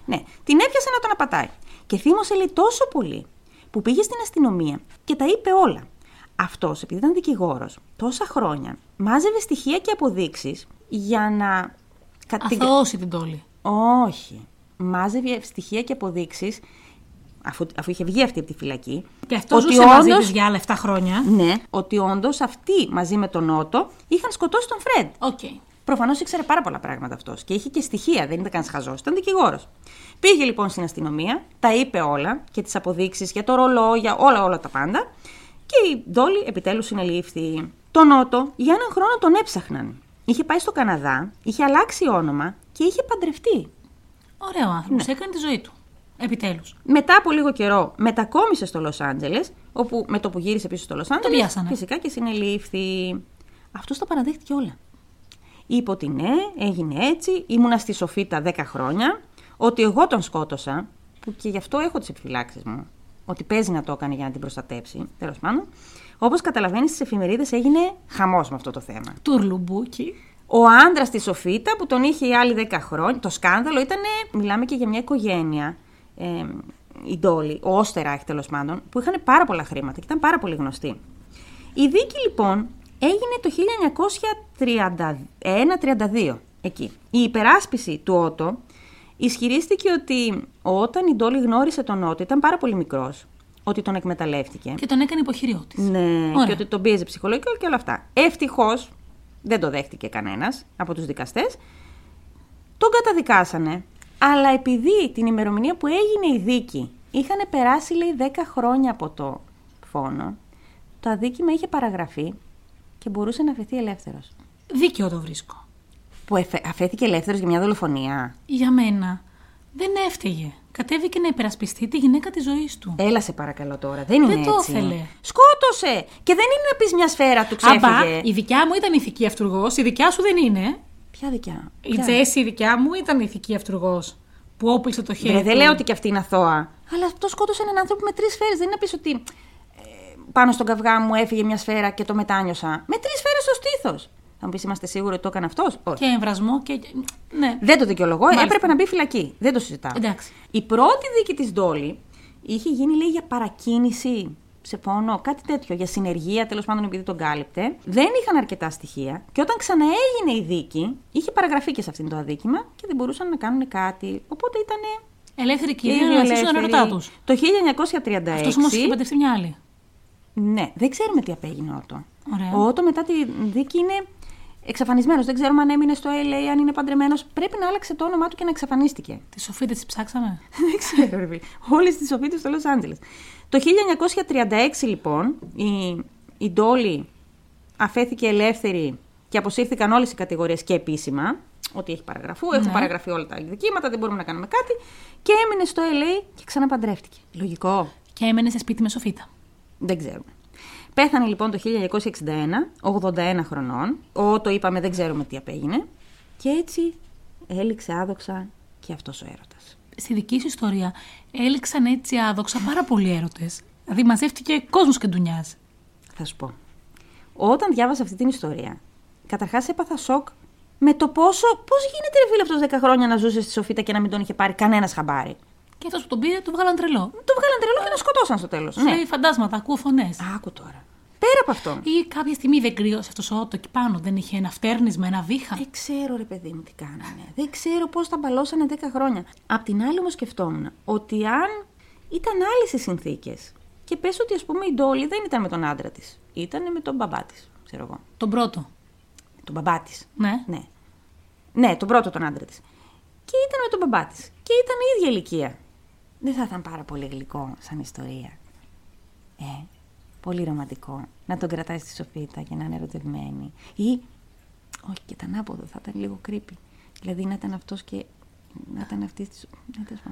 S1: Ναι, την έπιασε να τον απατάει. Και θύμωσε λέει τόσο πολύ που πήγε στην αστυνομία και τα είπε όλα. Αυτός, επειδή ήταν δικηγόρος τόσα χρόνια, μάζευε στοιχεία και αποδείξεις για να. κατη-
S2: Αθώωσε την τόλη.
S1: Όχι. Μάζευε στοιχεία και αποδείξεις, αφού, αφού είχε βγει αυτή από τη φυλακή,
S2: Και αυτός
S1: ότι
S2: ζούσε μαζί
S1: όντως-
S2: της για άλλα 7 χρόνια.
S1: ναι, ότι όντως αυτοί μαζί με τον Νότο είχαν σκοτώσει τον Φρεντ.
S2: Οκ.
S1: Προφανώς ήξερε πάρα πολλά πράγματα αυτός και είχε και στοιχεία, δεν ήταν καν χαζός, ήταν δικηγόρος. Πήγε λοιπόν στην αστυνομία, τα είπε όλα και τις αποδείξεις για το ρολόγια, όλα όλα τα πάντα. Και η Ντόλη επιτέλους συνελήφθη. Τον Νότο για έναν χρόνο τον έψαχναν. Είχε πάει στο Καναδά, είχε αλλάξει όνομα και είχε παντρευτεί.
S2: Ωραίο άνθρωπο.
S1: Ναι.
S2: Έκανε τη ζωή του. Επιτέλους.
S1: Μετά από λίγο καιρό μετακόμισε στο Λος Άντζελες, όπου με το που γύρισε πίσω στο Λος Άντζελες,
S2: πιάσανε.
S1: φυσικά και συνελήφθη. Αυτός τα παραδέχτηκε όλα. Είπε ότι ναι, έγινε έτσι, ήμουνα στη Σοφίτα 10 χρόνια, ότι εγώ τον σκότωσα, που και γι' αυτό έχω τις επιφυλάξεις μου, ότι παίζει να το έκανε για να την προστατέψει, τέλος πάντων. Όπως καταλαβαίνεις, στις εφημερίδες έγινε χαμός με αυτό το θέμα.
S2: Τουρλουμπούκι.
S1: Ο άντρας της Σοφίτα που τον είχε η άλλη 10 χρόνια. Το σκάνδαλο ήταν. Μιλάμε και για μια οικογένεια. Ε, η Ντόλη, ο Όστεραχ τέλος πάντων, που είχαν πάρα πολλά χρήματα και ήταν πάρα πολύ γνωστοί. Η δίκη λοιπόν έγινε το 1931-32 εκεί. Η υπεράσπιση του Ότο ισχυρίστηκε ότι όταν η Ντόλη γνώρισε τον Ότο ήταν πάρα πολύ μικρός, ότι τον εκμεταλλεύτηκε.
S2: Και τον έκανε υποχειριό τη.
S1: Ναι,
S2: Ωραία.
S1: και ότι τον πίεζε ψυχολογικό και όλα αυτά. Ευτυχώς δεν το δέχτηκε κανένας από τους δικαστές. Τον καταδικάσανε. Αλλά επειδή την ημερομηνία που έγινε η δίκη είχαν περάσει, λέει, 10 χρόνια από το φόνο, το αδίκημα είχε παραγραφεί και μπορούσε να αφαιθεί ελεύθερος.
S2: Δίκαιο το βρίσκω.
S1: Που εφε- αφέθηκε ελεύθερος για μια δολοφονία.
S2: Για μένα δεν έφταιγε. Κατέβηκε να υπερασπιστεί τη γυναίκα της ζωής του.
S1: Έλα σε παρακαλώ τώρα. Δεν είναι
S2: το
S1: έτσι.
S2: ήθελε.
S1: Σκότωσε! Και δεν είναι να πεις μια σφαίρα του ξέφυγε.
S2: Αμπά, η δικιά μου ήταν ηθική αυτούργος, η δικιά σου δεν είναι.
S1: Ποια δικιά.
S2: Η
S1: Ποια?
S2: Τζέσι, η δικιά μου, ήταν ηθική αυτούργος που όπλησε το χέρι.
S1: Ρε, δεν
S2: του.
S1: λέω ότι και αυτή είναι αθώα. Αλλά αυτό σκότωσε έναν άνθρωπο με τρεις σφαίρες. Δεν είναι να πεις ότι ε, πάνω στον καυγά μου έφυγε μια σφαίρα και το μετάνιωσα. Με τρεις σφαίρες στο στήθος. Θα μου πεις, είμαστε σίγουροι ότι το έκανε αυτός. Όχι.
S2: Και εμβρασμό και. Ναι.
S1: Δεν το δικαιολογώ.
S2: Μάλιστα.
S1: Έπρεπε να μπει φυλακή. Δεν το συζητάω.
S2: Εντάξει.
S1: Η πρώτη δίκη της Ντόλη είχε γίνει, λέει, για παρακίνηση σε πόνο, κάτι τέτοιο, για συνεργεία τέλος πάντων επειδή τον κάλυπτε. Δεν είχαν αρκετά στοιχεία και όταν ξαναέγινε η δίκη, είχε παραγραφεί και σε αυτήν το αδίκημα και δεν μπορούσαν να κάνουν κάτι. Οπότε ήταν
S2: Ελεύθερη
S1: και
S2: κυρία να αφήσουν τον ερωτά τους.
S1: Το 1936.
S2: Αυτός όμως είχε παντρευτεί μια άλλη.
S1: Ναι, δεν ξέρουμε τι απέγινε ο Ότο.
S2: Ωραία.
S1: Ο Ότο μετά τη δίκη είναι εξαφανισμένος. Δεν ξέρουμε αν έμεινε στο LA, αν είναι παντρεμένος. Πρέπει να άλλαξε το όνομά του και να εξαφανίστηκε.
S2: Τι σοφίτε τι ψάξαμε.
S1: [laughs] δεν ξέρω, ρε φίλε. Όλε τι σοφίτε στο Λος Άντζελες. Το 1936, λοιπόν, η, η Ντόλη αφέθηκε ελεύθερη και αποσύρθηκαν όλες οι κατηγορίες και επίσημα. Ότι έχει παραγραφού, έχουν
S2: Ναι.
S1: παραγραφεί όλα τα δικήματα, δεν μπορούμε να κάνουμε κάτι. Και έμεινε στο LA και ξαναπαντρεύτηκε. Λογικό.
S2: Και έμενε σε σπίτι με σοφίτα.
S1: Δεν ξέρουμε. Πέθανε λοιπόν το 1961, 81 χρονών. Ο, το είπαμε, δεν ξέρουμε τι απέγινε. Και έτσι έληξε άδοξα και αυτός ο έρωτας.
S2: Στη δική σου ιστορία έληξαν έτσι άδοξα πάρα πολλοί έρωτες. Δηλαδή μαζεύτηκε κόσμος και ντουνιάς.
S1: Θα σου πω. Όταν διάβασα αυτή την ιστορία, καταρχάς έπαθα σοκ με το πόσο. Πώς γίνεται, ρε φίλε, αυτός 10 χρόνια να ζούσε στη Σοφίτα και να μην τον είχε πάρει κανένας χαμπάρι.
S2: Και αυτό που τον πήρε, τον βγάλαν τρελό.
S1: Τον βγάλαν τρελό και τον σκοτώσαν στο τέλος.
S2: Σου
S1: Ναι.
S2: λέει φαντάσματα, ακούω φωνές.
S1: Άκου τώρα. Πέρα από αυτό.
S2: Ή κάποια στιγμή δεν κρύωσε αυτός ο Ότο εκεί πάνω, δεν είχε ένα φτέρνισμα, ένα βήχα.
S1: Δεν ξέρω, ρε παιδί μου, τι κάνανε. Δεν ξέρω πώς τα μπαλώσανε 10 χρόνια. Απ' την άλλη, όμως, σκεφτόμουν ότι αν ήταν άλλες οι συνθήκες. Και πες ότι, ας πούμε, η Ντόλη δεν ήταν με τον άντρα της. Ήταν με τον μπαμπά της, ξέρω εγώ.
S2: Τον πρώτο.
S1: Τον μπαμπά της.
S2: Ναι.
S1: Ναι. Ναι, τον πρώτο τον άντρα της. Και ήταν με τον μπαμπά της. Και ήταν η ίδια ηλικία. Δεν θα ήταν πάρα πολύ γλυκό σαν ιστορία. Ε, πολύ ρομαντικό. Να τον κρατάει στη σοφίτα και να είναι ερωτευμένη. Ή, όχι, και ήταν άποδο, θα ήταν λίγο creepy. Δηλαδή να ήταν αυτός και να ήταν αυτής της.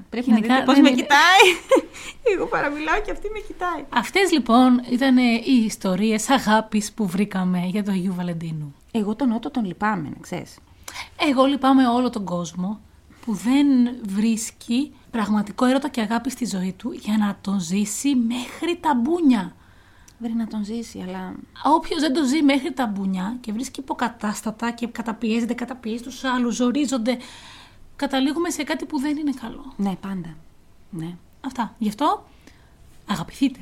S1: Πρέπει
S2: Γενικά,
S1: να δείτε πώς
S2: δεν
S1: με
S2: είναι-
S1: κοιτάει. [laughs] Εγώ παραμιλάω και αυτή με κοιτάει.
S2: Αυτές λοιπόν ήταν ε, οι ιστορίες αγάπης που βρήκαμε για το Αγίου Βαλεντίνου.
S1: Εγώ τον Ότο τον λυπάμαι, να ξέρεις.
S2: Εγώ λυπάμαι όλο τον κόσμο που δεν βρίσκει πραγματικό έρωτα και αγάπη στη ζωή του για να τον ζήσει μέχρι τα μπούνια.
S1: Βρει να τον ζήσει, αλλά
S2: Όποιος δεν το ζει μέχρι τα μπουνιά και βρίσκει υποκατάστατα και καταπιέζεται, καταπιέζει τους άλλους, ζορίζονται, καταλήγουμε σε κάτι που δεν είναι καλό.
S1: ναι, πάντα. Ναι.
S2: Αυτά. Γι' αυτό αγαπηθείτε.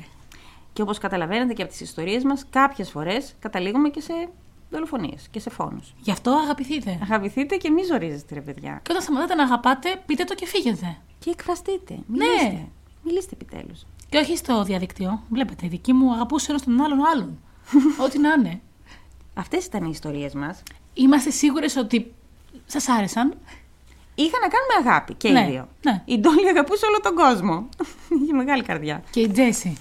S1: Και όπως καταλαβαίνετε και από τις ιστορίες μας, κάποιες φορές καταλήγουμε και σε δολοφονίες και σε φόνους.
S2: Γι' αυτό αγαπηθείτε.
S1: Αγαπηθείτε και μη ζορίζεστε ρε παιδιά.
S2: Και όταν σταματάτε να αγαπάτε, πείτε το και φύγετε.
S1: Και εκφραστείτε. Μιλήστε. Μιλήστε επιτέλους.
S2: Και όχι στο διαδικτυό. Βλέπετε, η δική μου αγαπούσε ένα τον άλλον άλλον. Ό,τι να είναι.
S1: Αυτές ήταν οι ιστορίες μας.
S2: Είμαστε σίγουρες ότι σας άρεσαν.
S1: Είχαν να κάνουν με αγάπη και
S2: Ναι,
S1: οι δύο.
S2: ναι.
S1: Η Ντόλη αγαπούσε όλο τον κόσμο. [laughs] Είχε μεγάλη καρδιά.
S2: Και η Τζέσι.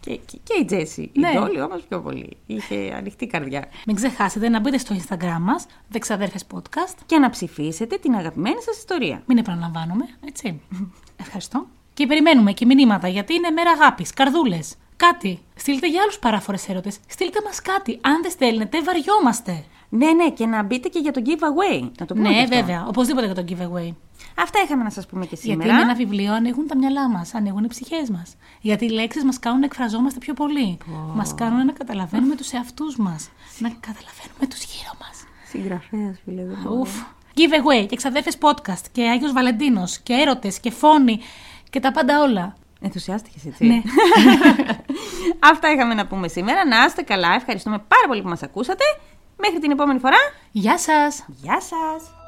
S1: Και, και, και η Τζέσι.
S2: Ναι.
S1: Η Ντόλη όμως πιο πολύ. Είχε ανοιχτή καρδιά.
S2: Μην ξεχάσετε να μπείτε στο Instagram μας, Δεξαδέρφες Podcast.
S1: Και να ψηφίσετε την αγαπημένη σας ιστορία.
S2: Μην επαναλαμβάνουμε, έτσι. Ευχαριστώ. Και περιμένουμε και μηνύματα γιατί είναι μέρα αγάπης, καρδούλες. Κάτι. Στείλτε για άλλους παράφορες έρωτες. Στείλτε μας κάτι. Αν δεν στέλνετε, βαριόμαστε.
S1: Ναι, ναι, και να μπείτε και για το giveaway. Να το πούμε και
S2: Ναι,
S1: αυτό.
S2: βέβαια. Οπωσδήποτε για το giveaway.
S1: Αυτά είχαμε να σας πούμε και σήμερα.
S2: Γιατί με ένα βιβλίο ανοίγουν τα μυαλά μας, ανοίγουν οι ψυχές μας. Γιατί οι λέξεις μας κάνουν να εκφραζόμαστε πιο πολύ. Μας Μας κάνουν να καταλαβαίνουμε τους εαυτούς μας. Να καταλαβαίνουμε τους γύρω μας.
S1: Συγγραφέας, φίλε. δεν μπορώ.
S2: Ουφ. Giveaway και ξαδέρφε podcast και Άγιος Βαλεντίνος και έρωτες και φόνοι και τα πάντα όλα.
S1: Ενθουσιάστηκες, έτσι. [laughs] Αυτά είχαμε να πούμε σήμερα. Να είστε καλά. Ευχαριστούμε πάρα πολύ που μας ακούσατε. Μέχρι την επόμενη φορά.
S2: Γεια σας!
S1: Γεια σας!